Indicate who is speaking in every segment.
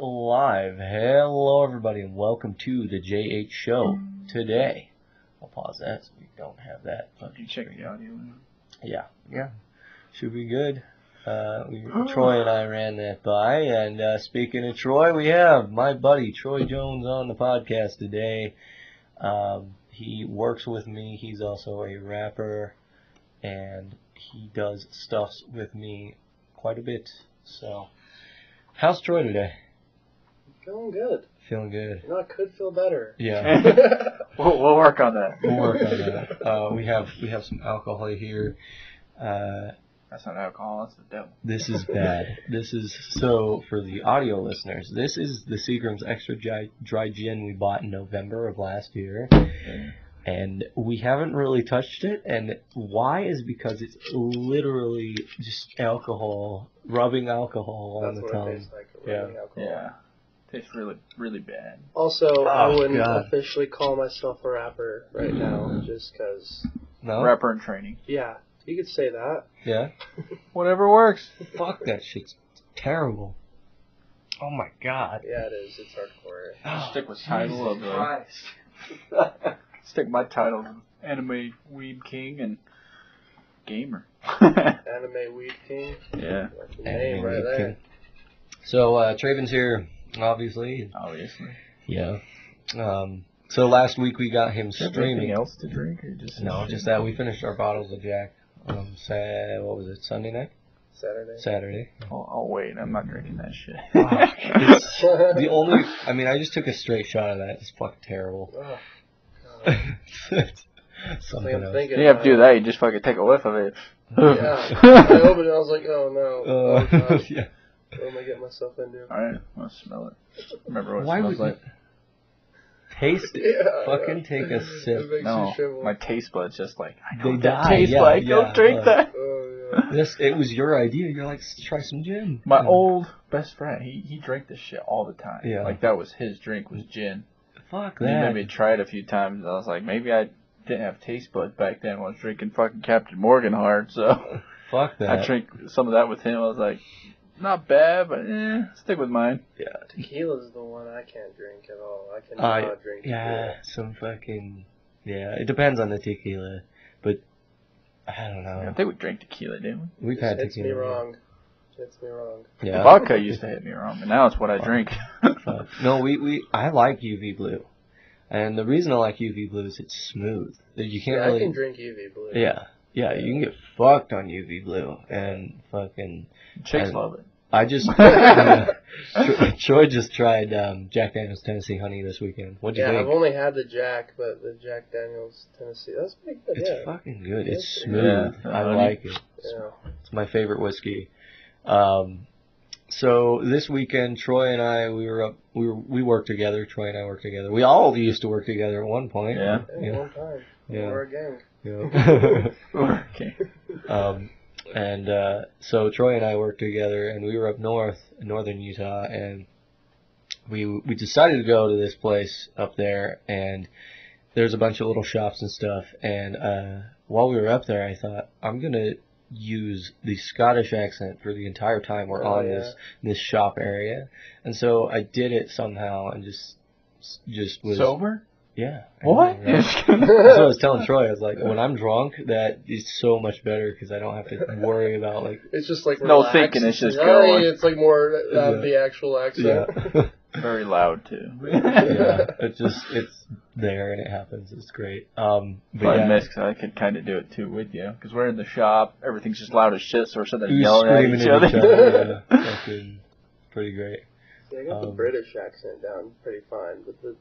Speaker 1: live. Hello, everybody, and welcome to the JH Show today. I'll pause that so we don't have that. But
Speaker 2: You check the audio.
Speaker 1: yeah, yeah, should be good. Uh, we, Troy and I ran that by, and uh, speaking of Troy, we have my buddy Troy Jones on the podcast today. Um, he works with me. He's also a rapper, and he does stuffs with me quite a bit. So, how's Troy today?
Speaker 3: Feeling good.
Speaker 1: Feeling good.
Speaker 3: You know, I could feel better.
Speaker 1: Yeah.
Speaker 3: That's
Speaker 2: We'll, we'll work on that.
Speaker 1: We'll work on that. Uh, we have we have some alcohol here. Uh,
Speaker 2: That's not alcohol. That's the devil.
Speaker 1: this is bad. This is so for the audio listeners. This is the Seagram's extra dry, dry gin we bought in November of last year, and we haven't really touched it. And why is because it's literally just alcohol, rubbing alcohol on the
Speaker 3: what it
Speaker 1: tongue.
Speaker 3: tastes like.
Speaker 1: Yeah.
Speaker 3: rubbing alcohol.
Speaker 2: Yeah, tastes really really bad.
Speaker 3: Also, I
Speaker 1: Oh,
Speaker 3: wouldn't
Speaker 1: God. Mm.
Speaker 3: officially call myself a rapper right now, just because.
Speaker 1: No,
Speaker 2: Rapper in training.
Speaker 3: Yeah, you could say that.
Speaker 1: yeah,
Speaker 2: Whatever works.
Speaker 1: fuck that shit's terrible. Oh my god.
Speaker 3: Yeah, it is. It's hardcore.
Speaker 2: Stick with title of the. Stick my title of anime weeb king and gamer.
Speaker 3: Anime Weed King.
Speaker 2: yeah,
Speaker 3: That's your
Speaker 1: Anime
Speaker 3: name right
Speaker 1: Weed
Speaker 3: there.
Speaker 1: So uh, Traven's here, obviously.
Speaker 2: obviously.
Speaker 1: Yeah. Um, so last week we got him
Speaker 2: Anything
Speaker 1: streaming.
Speaker 2: else to drink or just
Speaker 1: No, just that we finished our bottles of Jack. Um, Sa what was it? Sunday night,
Speaker 3: Saturday.
Speaker 1: Saturday.
Speaker 2: Oh, oh wait, I'm not drinking that shit.
Speaker 1: It's
Speaker 3: Oh,
Speaker 1: the only. I mean, I just took a straight shot of that. It's fucking terrible.
Speaker 3: Ugh, God. I think
Speaker 1: Something
Speaker 3: I'm
Speaker 1: else.
Speaker 3: thinking.
Speaker 2: you have to
Speaker 3: about
Speaker 2: do
Speaker 3: it.
Speaker 2: that. You just fucking take a whiff of it.
Speaker 3: Yeah. I opened it. I was like, oh no.
Speaker 1: Uh,
Speaker 3: oh, God.
Speaker 1: yeah.
Speaker 3: What am I getting myself into?
Speaker 2: All right, I'll smell it. Remember what it
Speaker 1: Why would
Speaker 2: smells
Speaker 1: you
Speaker 2: like?
Speaker 1: taste
Speaker 3: Yeah,
Speaker 1: it?
Speaker 3: yeah.
Speaker 1: Fucking take a sip.
Speaker 3: It makes you
Speaker 2: No,
Speaker 3: shrivel.
Speaker 2: my taste buds just like I know
Speaker 1: They
Speaker 2: what that
Speaker 1: die,
Speaker 2: tastes
Speaker 1: yeah,
Speaker 2: like.
Speaker 1: yeah,
Speaker 2: Don't drink
Speaker 1: uh,
Speaker 2: that.
Speaker 3: Oh, yeah.
Speaker 1: This it was your idea. You're like, "Let's try some gin.
Speaker 2: My
Speaker 1: Yeah.
Speaker 2: old best friend, he he drank this shit all the time.
Speaker 1: Yeah.
Speaker 2: like that was his drink was gin.
Speaker 1: Fuck
Speaker 2: He
Speaker 1: that.
Speaker 2: made me try it a few times. and I was like, maybe I didn't have taste buds back then. When I was drinking fucking Captain Morgan hard, so
Speaker 1: Fuck that.
Speaker 2: I drank some of that with him. I was like, not bad, but eh, stick with mine.
Speaker 3: Tequila's the one I can't drink at all. I
Speaker 1: I-
Speaker 3: cannot drink
Speaker 1: Yeah,
Speaker 3: tequila.
Speaker 1: some fucking. Yeah, it depends on the tequila, but I don't know.
Speaker 2: I think we drank tequila, didn't we?
Speaker 1: We've
Speaker 3: It
Speaker 1: had
Speaker 3: hits
Speaker 1: tequila.
Speaker 3: me wrong. Hits me wrong.
Speaker 1: Yeah.
Speaker 2: Vodka used to hit me wrong, but now it's what I drink.
Speaker 1: Fuck. No, we, we I like UV blue, and the reason I like UV blue is it's smooth. You can't
Speaker 3: yeah,
Speaker 1: really.
Speaker 3: I can drink UV blue.
Speaker 1: yeah, yeah, you can get fucked on UV blue, and fucking.
Speaker 2: Chicks
Speaker 1: I-
Speaker 2: love it.
Speaker 1: I just yeah. Tro- Troy just tried um, Jack Daniel's Tennessee Honey this weekend. What'd you
Speaker 3: Yeah, I've
Speaker 1: think?
Speaker 3: only had the Jack, but the Jack Daniels Tennessee. That's pretty good.
Speaker 1: It's
Speaker 3: yeah.
Speaker 1: fucking good. It's
Speaker 3: It's
Speaker 1: smooth.
Speaker 3: pretty
Speaker 2: good. Yeah,
Speaker 1: I
Speaker 2: honey.
Speaker 1: like it.
Speaker 3: yeah.
Speaker 1: It's my favorite whiskey. Um, so this weekend, Troy and I, we were up, we were, we worked together. Troy and I worked together. We all used to work together at one point.
Speaker 2: Yeah.
Speaker 3: Yeah,
Speaker 1: Yeah.
Speaker 3: One time.
Speaker 1: Yeah.
Speaker 3: We're a gang.
Speaker 1: yeah.
Speaker 2: okay.
Speaker 1: um, and uh, so Troy and I worked together, and we were up north, in northern Utah, and we we decided to go to this place up there, and there's a bunch of little shops and stuff. And uh, while we were up there, I thought I'm gonna use the Scottish accent for the entire time we're
Speaker 3: Oh,
Speaker 1: on
Speaker 3: yeah.
Speaker 1: this this shop area, and so I did it somehow, and just just was
Speaker 2: Sober?
Speaker 1: yeah I
Speaker 2: What?
Speaker 1: know, right? That's what I was telling Troy. I was like, when I'm drunk, that is so much better because I don't have to worry about like.
Speaker 3: It's just like
Speaker 2: No
Speaker 3: relaxed.
Speaker 2: thinking, it's just
Speaker 3: like, hey,
Speaker 2: going.
Speaker 3: It's like more
Speaker 1: Yeah.
Speaker 3: than the actual
Speaker 1: Yeah,
Speaker 3: accent.
Speaker 2: Very loud too.
Speaker 1: yeah. It just it's there and it happens. It's great. Um, but
Speaker 2: But I
Speaker 1: yeah,
Speaker 2: miss 'cause I could kind of do it too with you. Because we're in the shop, everything's just loud as shit, so we're sitting there
Speaker 1: we
Speaker 2: yelling at
Speaker 1: screaming
Speaker 2: each other.
Speaker 3: other.
Speaker 1: yeah, fucking pretty great.
Speaker 3: See, I got the
Speaker 1: Um,
Speaker 3: British accent down pretty fine, but the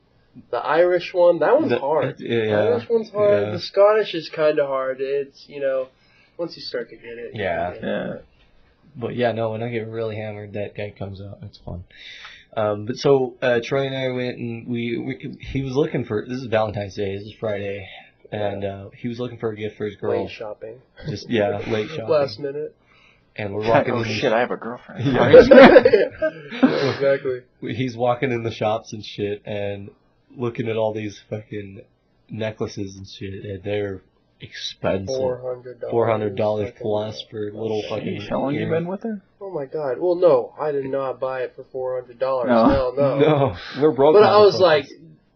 Speaker 3: the Irish one that one's
Speaker 1: The-
Speaker 3: hard. The
Speaker 1: Yeah,
Speaker 3: Irish one's hard.
Speaker 1: yeah.
Speaker 3: The Scottish is kind of hard. It's you know, once you start to get it. you
Speaker 1: Yeah.
Speaker 3: get it.
Speaker 2: yeah.
Speaker 1: but yeah, no. When I get really hammered, that guy comes out. It's fun. Um, but so uh, Troy and I went and we, we he was looking for this is Valentine's Day. This is Friday, and uh, he was looking for a gift for his girl.
Speaker 3: Late shopping.
Speaker 1: Just yeah, late shopping.
Speaker 3: Last minute.
Speaker 1: and we're walking.
Speaker 2: oh
Speaker 1: in these-
Speaker 2: shit, I have a girlfriend.
Speaker 1: Yeah.
Speaker 3: Yeah, exactly.
Speaker 1: he's walking in the shops and shit and looking at all these fucking necklaces and shit and they're expensive.
Speaker 3: Four hundred dollars.
Speaker 1: Four hundred dollars plus for little fucking.
Speaker 2: Jeez, how long you
Speaker 1: game.
Speaker 2: been with her?
Speaker 3: Oh my god. Well, no, I did not buy it for four hundred dollars.
Speaker 2: No.
Speaker 3: No, no.
Speaker 1: No, we're broke.
Speaker 3: But I was
Speaker 1: motherfuckers.
Speaker 3: like,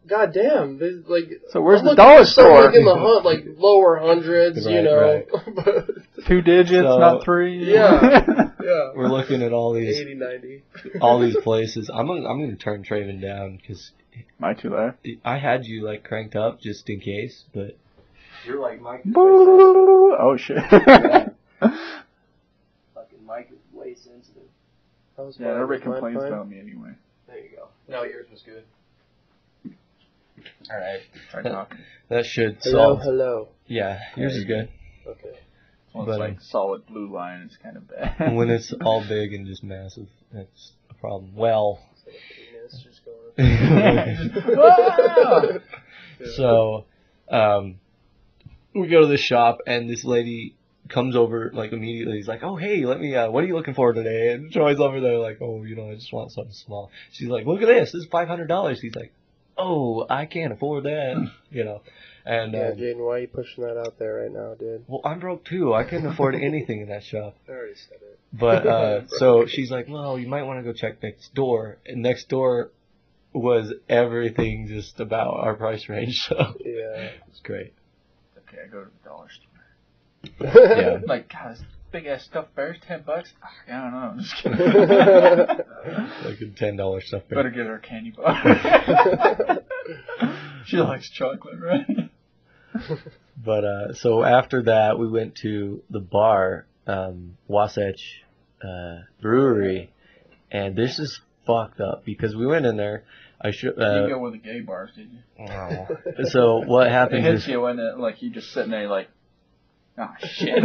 Speaker 3: God damn! This, like,
Speaker 2: So where's
Speaker 3: I'm
Speaker 2: the
Speaker 3: looking
Speaker 2: dollar
Speaker 3: for something
Speaker 2: store?
Speaker 3: in the hunt, like lower hundreds, you
Speaker 1: Right,
Speaker 3: know. But,
Speaker 2: Two digits,
Speaker 1: So-
Speaker 2: not three.
Speaker 3: Yeah. yeah.
Speaker 1: we're looking at all these
Speaker 3: 80, 90.
Speaker 1: all these places. I'm gonna I'm gonna turn Traven down because
Speaker 2: My two there.
Speaker 1: I had you like cranked up just in case, but you're like Mike.
Speaker 2: Oh shit. yeah,
Speaker 1: Fucking Mike is way sensitive.
Speaker 3: That was mine.
Speaker 2: everybody
Speaker 3: Mine
Speaker 2: complains
Speaker 3: fine?
Speaker 2: about me anyway.
Speaker 1: There you go.
Speaker 3: No, yours was good.
Speaker 1: All right,
Speaker 2: Try talking.
Speaker 1: that should
Speaker 3: Hello,
Speaker 1: solve.
Speaker 3: hello.
Speaker 1: Yeah, yours is good.
Speaker 3: Okay.
Speaker 2: Well,
Speaker 1: But-
Speaker 2: it's like solid blue line is kind of bad.
Speaker 1: when it's all big and just massive, that's a problem. Well,
Speaker 3: So, penis just
Speaker 2: Ah!
Speaker 3: going-
Speaker 1: so um, we go to the shop and this lady comes over like immediately he's like oh hey let me uh, what are you looking for today and troy's over there like oh you know i just want something small she's like look at this this is five hundred dollars he's like oh i can't afford that you know and
Speaker 3: Yeah,
Speaker 1: um,
Speaker 3: Jaden, why are you pushing that out there right now, dude?
Speaker 1: well i'm broke too i couldn't afford anything in that shop
Speaker 3: I already said it.
Speaker 1: But uh, so she's like, well, you might want to go check next door. And next door was everything just about our price range. So
Speaker 3: Yeah.
Speaker 1: it's great.
Speaker 2: okay, I go to the dollar store.
Speaker 1: Yeah.
Speaker 2: Like, God, this big ass stuffed bear's ten bucks. Ah, I don't know. I'm just kidding.
Speaker 1: Like a ten dollar stuff.
Speaker 2: Better get her a candy bar. she likes chocolate, right?
Speaker 1: But uh, so after that, we went to the bar, um, Wasatch uh, Brewery, and this is fucked up because we went in there. I should.
Speaker 2: you didn't
Speaker 1: Uh,
Speaker 2: go with the gay bars, did you?
Speaker 1: so what
Speaker 2: It
Speaker 1: happens
Speaker 2: hits
Speaker 1: is
Speaker 2: you when it, like you just sitting there like, ah shit.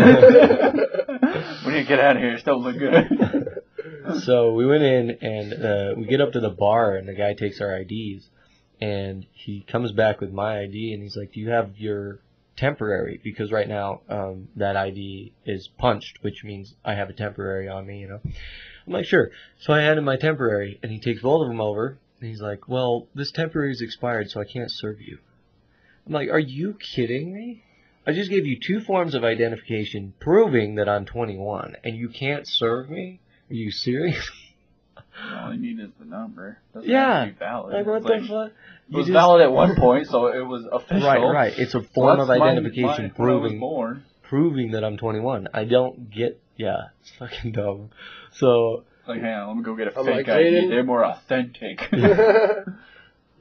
Speaker 2: we need to get out of here. It don't look good.
Speaker 1: so we went in and uh, we get up to the bar and the guy takes our IDs and he comes back with my ID and he's like, "Do you have your temporary?" Because right now um, that ID is punched, which means I have a temporary on me. You know, I'm like, "Sure." So I handed my temporary and he takes both of them over and he's like, "Well, this temporary is expired, so I can't serve you." I'm like, "Are you kidding me?" I just gave you two forms of identification proving that I'm 21, and you can't serve me? Are you serious?
Speaker 2: All you need is the number. Doesn't
Speaker 1: Yeah.
Speaker 2: Have to be valid.
Speaker 1: Like, what
Speaker 2: It's
Speaker 1: the
Speaker 2: like-
Speaker 1: fuck?
Speaker 2: It was valid at one point, so it was official.
Speaker 1: Right, right. It's a form of
Speaker 2: Plus my-
Speaker 1: identification
Speaker 2: my- when I was
Speaker 1: proving
Speaker 2: born.
Speaker 1: proving that I'm 21. I don't get. Yeah, it's fucking dumb. So
Speaker 2: Like, hang on, let me go get a
Speaker 3: I'm
Speaker 2: fake
Speaker 3: like,
Speaker 2: ID.
Speaker 3: Jaden-
Speaker 2: They're more authentic.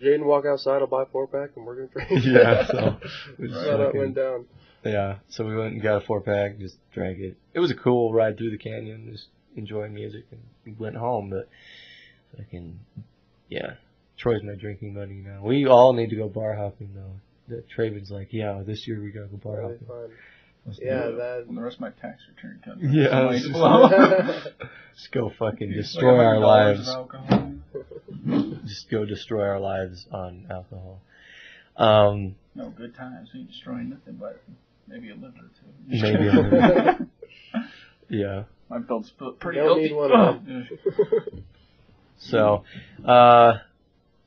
Speaker 3: Jaden, walk outside. I'll buy four pack, and we're gonna drink.
Speaker 1: yeah, so we
Speaker 3: That's
Speaker 1: just
Speaker 3: how that
Speaker 1: fucking-
Speaker 3: went down.
Speaker 1: yeah. So we went and got a four pack, just drank it. It was a cool ride through the canyon, just enjoying music, and we went home. But fucking yeah, Troy's my drinking buddy now. We all need to go bar hopping though. That Traven's like, yeah, this year we gotta go bar
Speaker 3: Really
Speaker 1: hopping.
Speaker 3: fun.
Speaker 1: Let's do
Speaker 3: Yeah,
Speaker 1: it.
Speaker 2: When the rest of my tax return comes.
Speaker 1: Yeah,
Speaker 2: I'm
Speaker 1: it's
Speaker 2: like,
Speaker 1: just-
Speaker 2: well,
Speaker 3: that.
Speaker 1: Let's go fucking
Speaker 2: Like,
Speaker 1: destroy our
Speaker 2: $100 of
Speaker 1: lives.
Speaker 2: alcohol.
Speaker 1: Just go destroy our lives on alcohol. Um,
Speaker 2: No good times. We ain't destroying nothing, but maybe a liver or two.
Speaker 1: Maybe a liver. yeah.
Speaker 2: my build's p- pretty
Speaker 3: Don't need
Speaker 2: healthy. Oh,
Speaker 3: one of
Speaker 1: So, uh,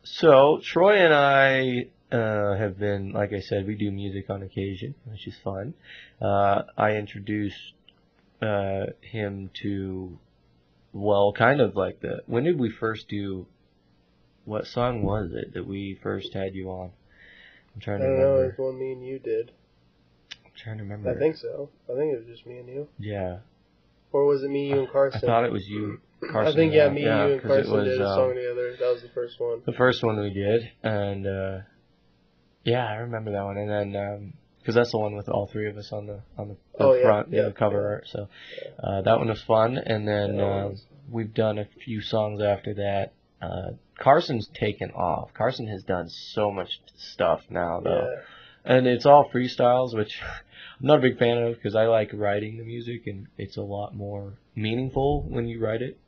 Speaker 1: so Troy and I uh, have been, like I said, we do music on occasion, which is fun. Uh, I introduced uh, him to, well, kind of like the. When did we first do? What song was it that we first had you on? I'm
Speaker 3: I
Speaker 1: trying to
Speaker 3: don't know.
Speaker 1: remember.
Speaker 3: It's one me and you did.
Speaker 1: I'm trying to remember.
Speaker 3: I think so. I think it was just me and you,
Speaker 1: Yeah,
Speaker 3: or was it me, you, and
Speaker 1: I
Speaker 3: Carson?
Speaker 1: thought it was you, Carson.
Speaker 3: I think yeah, me, you, and
Speaker 1: 'cause it
Speaker 3: Carson did a
Speaker 1: um,
Speaker 3: song together. That was the first one.
Speaker 1: the first one we did, and uh, yeah, I remember that one. And then because that's the one with all three of us on the on the, the
Speaker 3: Oh, yeah,
Speaker 1: front,
Speaker 3: yeah,
Speaker 1: the cover
Speaker 3: yeah.
Speaker 1: art. So uh, that one was fun. And then
Speaker 3: That
Speaker 1: uh,
Speaker 3: was-
Speaker 1: we've done a few songs after that. Uh, Carson's taken off. Carson has done so much stuff now, though
Speaker 3: yeah.
Speaker 1: and it's all freestyles, which I'm not a big fan of because I like writing the music, and it's a lot more meaningful when you write it,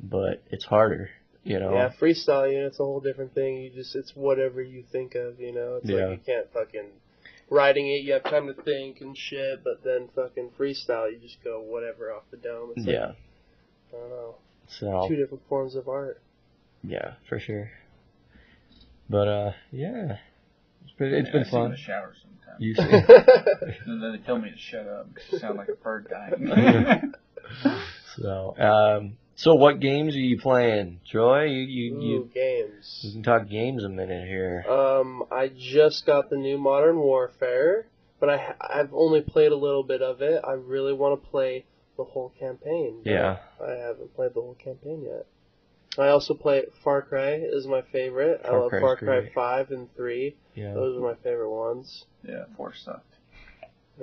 Speaker 1: but it's harder, you know.
Speaker 3: Yeah, freestyle, you know, it's a whole different thing. You just, it's whatever you think of, you know. It's
Speaker 1: Yeah.
Speaker 3: like you can't fucking writing it. You have time to think and shit, but then fucking freestyle, you just go whatever off the dome. It's like,
Speaker 1: Yeah.
Speaker 3: I don't know. Two
Speaker 1: So
Speaker 3: different forms of art.
Speaker 1: yeah, for sure. But uh, yeah, It's been, it's
Speaker 2: Yeah,
Speaker 1: been
Speaker 2: I sing in
Speaker 1: fun.
Speaker 2: the shower sometimes.
Speaker 1: You see.
Speaker 3: That's
Speaker 2: And then they tell me to shut up 'cause I sound like a bird dying.
Speaker 1: So, um, so what games are you playing, Troy? You, you, you, Mhm.
Speaker 3: Ooh, games.
Speaker 1: we can talk games a minute here.
Speaker 3: Um, I just got the new Modern Warfare, but I ha- I've only played a little bit of it. I really want to play the whole campaign. but
Speaker 1: Yeah.
Speaker 3: I haven't played the whole campaign yet. I also play Far Cry is my favorite. I
Speaker 1: Far
Speaker 3: love
Speaker 1: Cry's
Speaker 3: Far Cry
Speaker 1: great.
Speaker 3: Five and Three.
Speaker 1: Yeah.
Speaker 3: Those are my favorite ones.
Speaker 2: yeah, four sucked.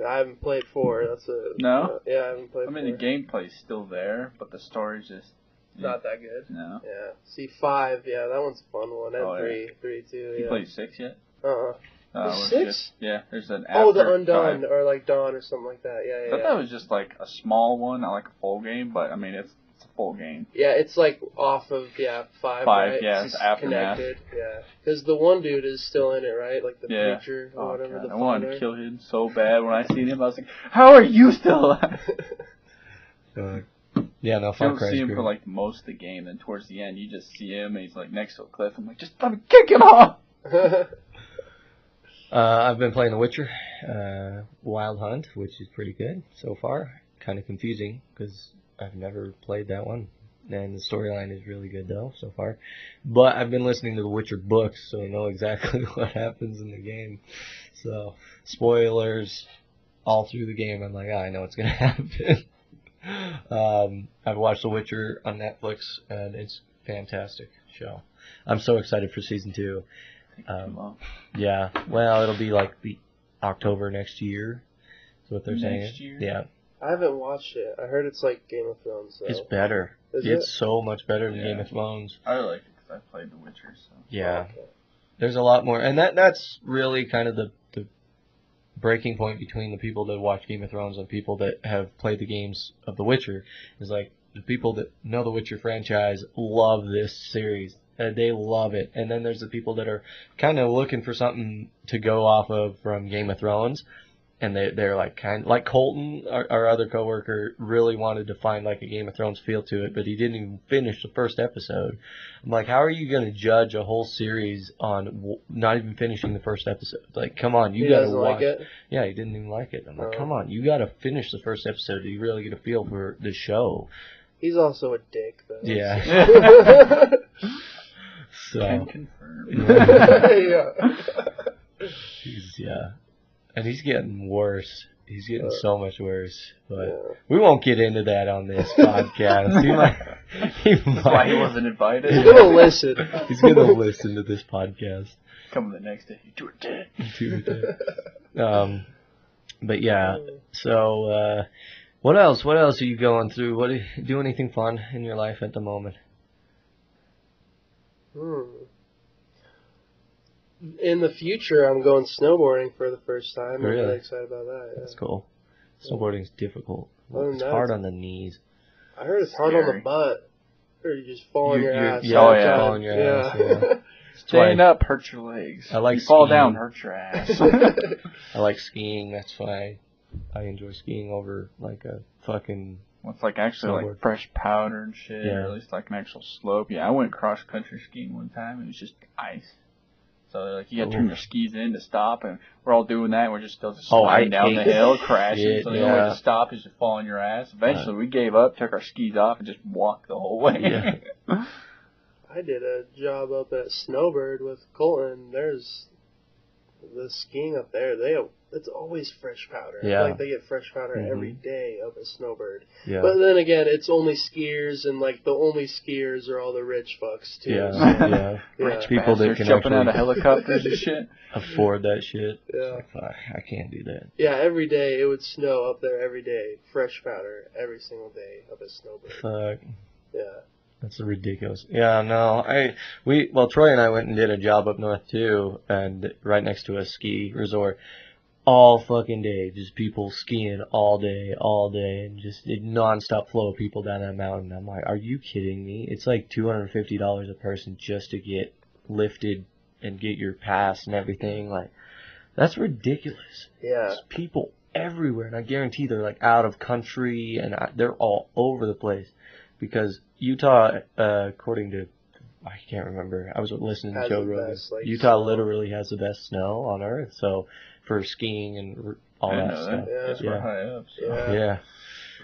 Speaker 3: I haven't played Four. That's a uh,
Speaker 2: No?
Speaker 3: yeah, I haven't played.
Speaker 2: I mean,
Speaker 3: four.
Speaker 2: the gameplay's still there, but the story's just
Speaker 3: not that good.
Speaker 2: no.
Speaker 3: Yeah. See Five. Yeah, that one's a fun one. And
Speaker 2: Oh, yeah.
Speaker 3: Three, Three Two.
Speaker 2: You
Speaker 3: Yeah.
Speaker 2: played six yet?
Speaker 3: uh-uh.
Speaker 2: Uh,
Speaker 3: There's
Speaker 2: it was
Speaker 3: six?
Speaker 2: just- yeah, there's an. After
Speaker 3: Oh, the
Speaker 2: five.
Speaker 3: Undone or like Dawn or something like that. Yeah,
Speaker 2: I
Speaker 3: yeah.
Speaker 2: thought
Speaker 3: yeah.
Speaker 2: that was just like a small one, not like a full game, but I mean, it's, it's a full game.
Speaker 3: Yeah, it's like off of yeah
Speaker 2: Five,
Speaker 3: five. right?
Speaker 2: yeah, it's
Speaker 3: it's just
Speaker 2: Aftermath.
Speaker 3: connected. Yeah, because the one dude is still in it, right? Like the
Speaker 2: Yeah.
Speaker 3: preacher or
Speaker 2: Oh,
Speaker 3: whatever.
Speaker 2: God,
Speaker 3: the
Speaker 2: I wanted to
Speaker 3: father.
Speaker 2: kill him so bad when I seen him. I was like, "How are you still alive?"
Speaker 1: Uh, yeah, no,
Speaker 2: You
Speaker 1: Far
Speaker 2: don't
Speaker 1: Cry's
Speaker 2: see him
Speaker 1: great.
Speaker 2: for like most of the game, then towards the end, you just see him and he's like next to a cliff. I'm like, "Just let me kick him off."
Speaker 1: Uh, I've been playing The Witcher, uh, Wild Hunt, which is pretty good so far. Kind of confusing because I've never played that one, and the storyline is really good though so far. But I've been listening to The Witcher books, so I know exactly what happens in the game. So spoilers all through the game. I'm like, "Ah, I know what's gonna happen. um, I've watched The Witcher on Netflix, and it's fantastic show. I'm so excited for season two. Um,
Speaker 2: Well,
Speaker 1: Yeah. Well, it'll be like the October next year. Is what they're saying.
Speaker 2: Next year?
Speaker 1: Yeah,
Speaker 3: I haven't watched it. I heard it's like Game of Thrones. Though.
Speaker 1: it's better.
Speaker 3: Is
Speaker 1: it's
Speaker 3: it?
Speaker 1: so much better than
Speaker 2: Yeah.
Speaker 1: Game of Thrones.
Speaker 2: I like it because I played The Witcher, so
Speaker 1: Yeah.
Speaker 3: Okay.
Speaker 1: There's a lot more, and that that's really kind of the the breaking point between the people that watch Game of Thrones and people that have played the games of The Witcher. Is like the people that know The Witcher franchise love this series. Uh, they love it, and then there's the people that are kind of looking for something to go off of from Game of Thrones, and they they're like kind like Colton, our, our other coworker, really wanted to find like a Game of Thrones feel to it, but he didn't even finish the first episode. I'm like, how are you going to judge a whole series on w- not even finishing the first episode? Like, come on, you
Speaker 3: he
Speaker 1: got to
Speaker 3: doesn't
Speaker 1: watch.
Speaker 3: like it.
Speaker 1: Yeah, he didn't even like it. I'm like,
Speaker 2: Uh,
Speaker 3: Oh.
Speaker 1: come on, you got to finish the first episode. You really get a feel for the show.
Speaker 3: He's also a dick though.
Speaker 1: Yeah.
Speaker 2: can
Speaker 1: So,
Speaker 2: confirm.
Speaker 3: yeah.
Speaker 1: he's, yeah, and he's getting worse. He's
Speaker 2: Uh,
Speaker 1: getting so much worse. But
Speaker 3: Yeah.
Speaker 1: we won't get into that on this podcast. He might. He
Speaker 2: That's why he
Speaker 1: might-
Speaker 2: wasn't invited.
Speaker 3: He's gonna listen.
Speaker 1: He's gonna listen to this podcast.
Speaker 2: Coming the next day, you do it. Dead.
Speaker 1: too. um, but yeah. So, uh, what else? What else are you going through? What do, you, do anything fun in your life at the moment?
Speaker 3: Hmm. In the future, I'm going snowboarding for the first time.
Speaker 1: Really?
Speaker 3: I'm really excited about that. yeah.
Speaker 1: That's cool. Snowboarding's difficult.
Speaker 3: Other than
Speaker 1: It's
Speaker 3: that,
Speaker 1: hard
Speaker 3: it's-
Speaker 1: on the knees.
Speaker 3: I heard it's hard on the
Speaker 2: Scary.
Speaker 3: butt. Or you just fall on
Speaker 1: You-
Speaker 3: your
Speaker 1: you-
Speaker 3: ass.
Speaker 1: Oh, yeah,
Speaker 3: all the
Speaker 2: you
Speaker 3: time.
Speaker 1: fall on your ass,
Speaker 2: Stand
Speaker 1: Why-
Speaker 2: up, hurt your legs.
Speaker 1: I like
Speaker 2: you fall
Speaker 1: skiing.
Speaker 2: down, hurt your ass.
Speaker 1: I like skiing. That's why I enjoy skiing over like a fucking.
Speaker 2: It's like actually
Speaker 1: Snowboard.
Speaker 2: like fresh powder and shit,
Speaker 1: Yeah.
Speaker 2: or at least like an actual slope. Yeah, I went cross country skiing one time and it was just ice. So like you gotta turn
Speaker 1: Oof.
Speaker 2: your skis in to stop, and we're all doing that. And we're just still just
Speaker 1: Oh, I
Speaker 2: sliding down the
Speaker 1: hate
Speaker 2: hill, crashing.
Speaker 1: shit,
Speaker 2: so the only way
Speaker 1: yeah.
Speaker 2: to stop is to fall on your ass. Eventually, we gave up, took our skis off, and just walked the whole way.
Speaker 1: Yeah.
Speaker 3: I did a job up at Snowbird with Colton. There's the skiing up there. They it's always fresh powder.
Speaker 1: Yeah.
Speaker 3: Like they get fresh powder
Speaker 1: Mhm.
Speaker 3: every day up at Snowbird.
Speaker 1: Yeah.
Speaker 3: But then again, it's only skiers, and like the only skiers are all the rich fucks too.
Speaker 1: Yeah.
Speaker 3: so,
Speaker 1: yeah.
Speaker 3: yeah,
Speaker 1: People that
Speaker 2: Bastards
Speaker 1: can
Speaker 2: jumping out of
Speaker 1: actually-
Speaker 2: helicopters and shit.
Speaker 1: Afford that shit.
Speaker 3: yeah,
Speaker 1: Like, fuck, I can't do that.
Speaker 3: yeah. Every day it would snow up there. Every day, fresh powder every single day up at Snowbird.
Speaker 1: Fuck.
Speaker 3: Yeah.
Speaker 1: That's ridiculous. Yeah, no, I we well Troy and I went and did a job up north too, and right next to a ski resort, all fucking day, just people skiing all day, all day, and just a nonstop flow of people down that mountain. I'm like, are you kidding me? It's like two hundred and fifty dollars a person just to get lifted and get your pass and everything. Like, that's ridiculous.
Speaker 3: Yeah.
Speaker 1: There's people everywhere, and I guarantee they're like out of country and I, they're all over the place because Utah, uh, according to I can't remember. I was listening to
Speaker 3: Has
Speaker 1: Joe
Speaker 3: the
Speaker 1: Rogan.
Speaker 3: best, like,
Speaker 1: Utah
Speaker 3: snow.
Speaker 1: literally has the best snow on earth, so for skiing and r- all
Speaker 2: I
Speaker 1: that
Speaker 2: know
Speaker 1: stuff.
Speaker 2: that.
Speaker 3: Yeah.
Speaker 2: That's
Speaker 1: Yeah.
Speaker 2: where high up. So.
Speaker 3: Yeah.
Speaker 1: Yeah,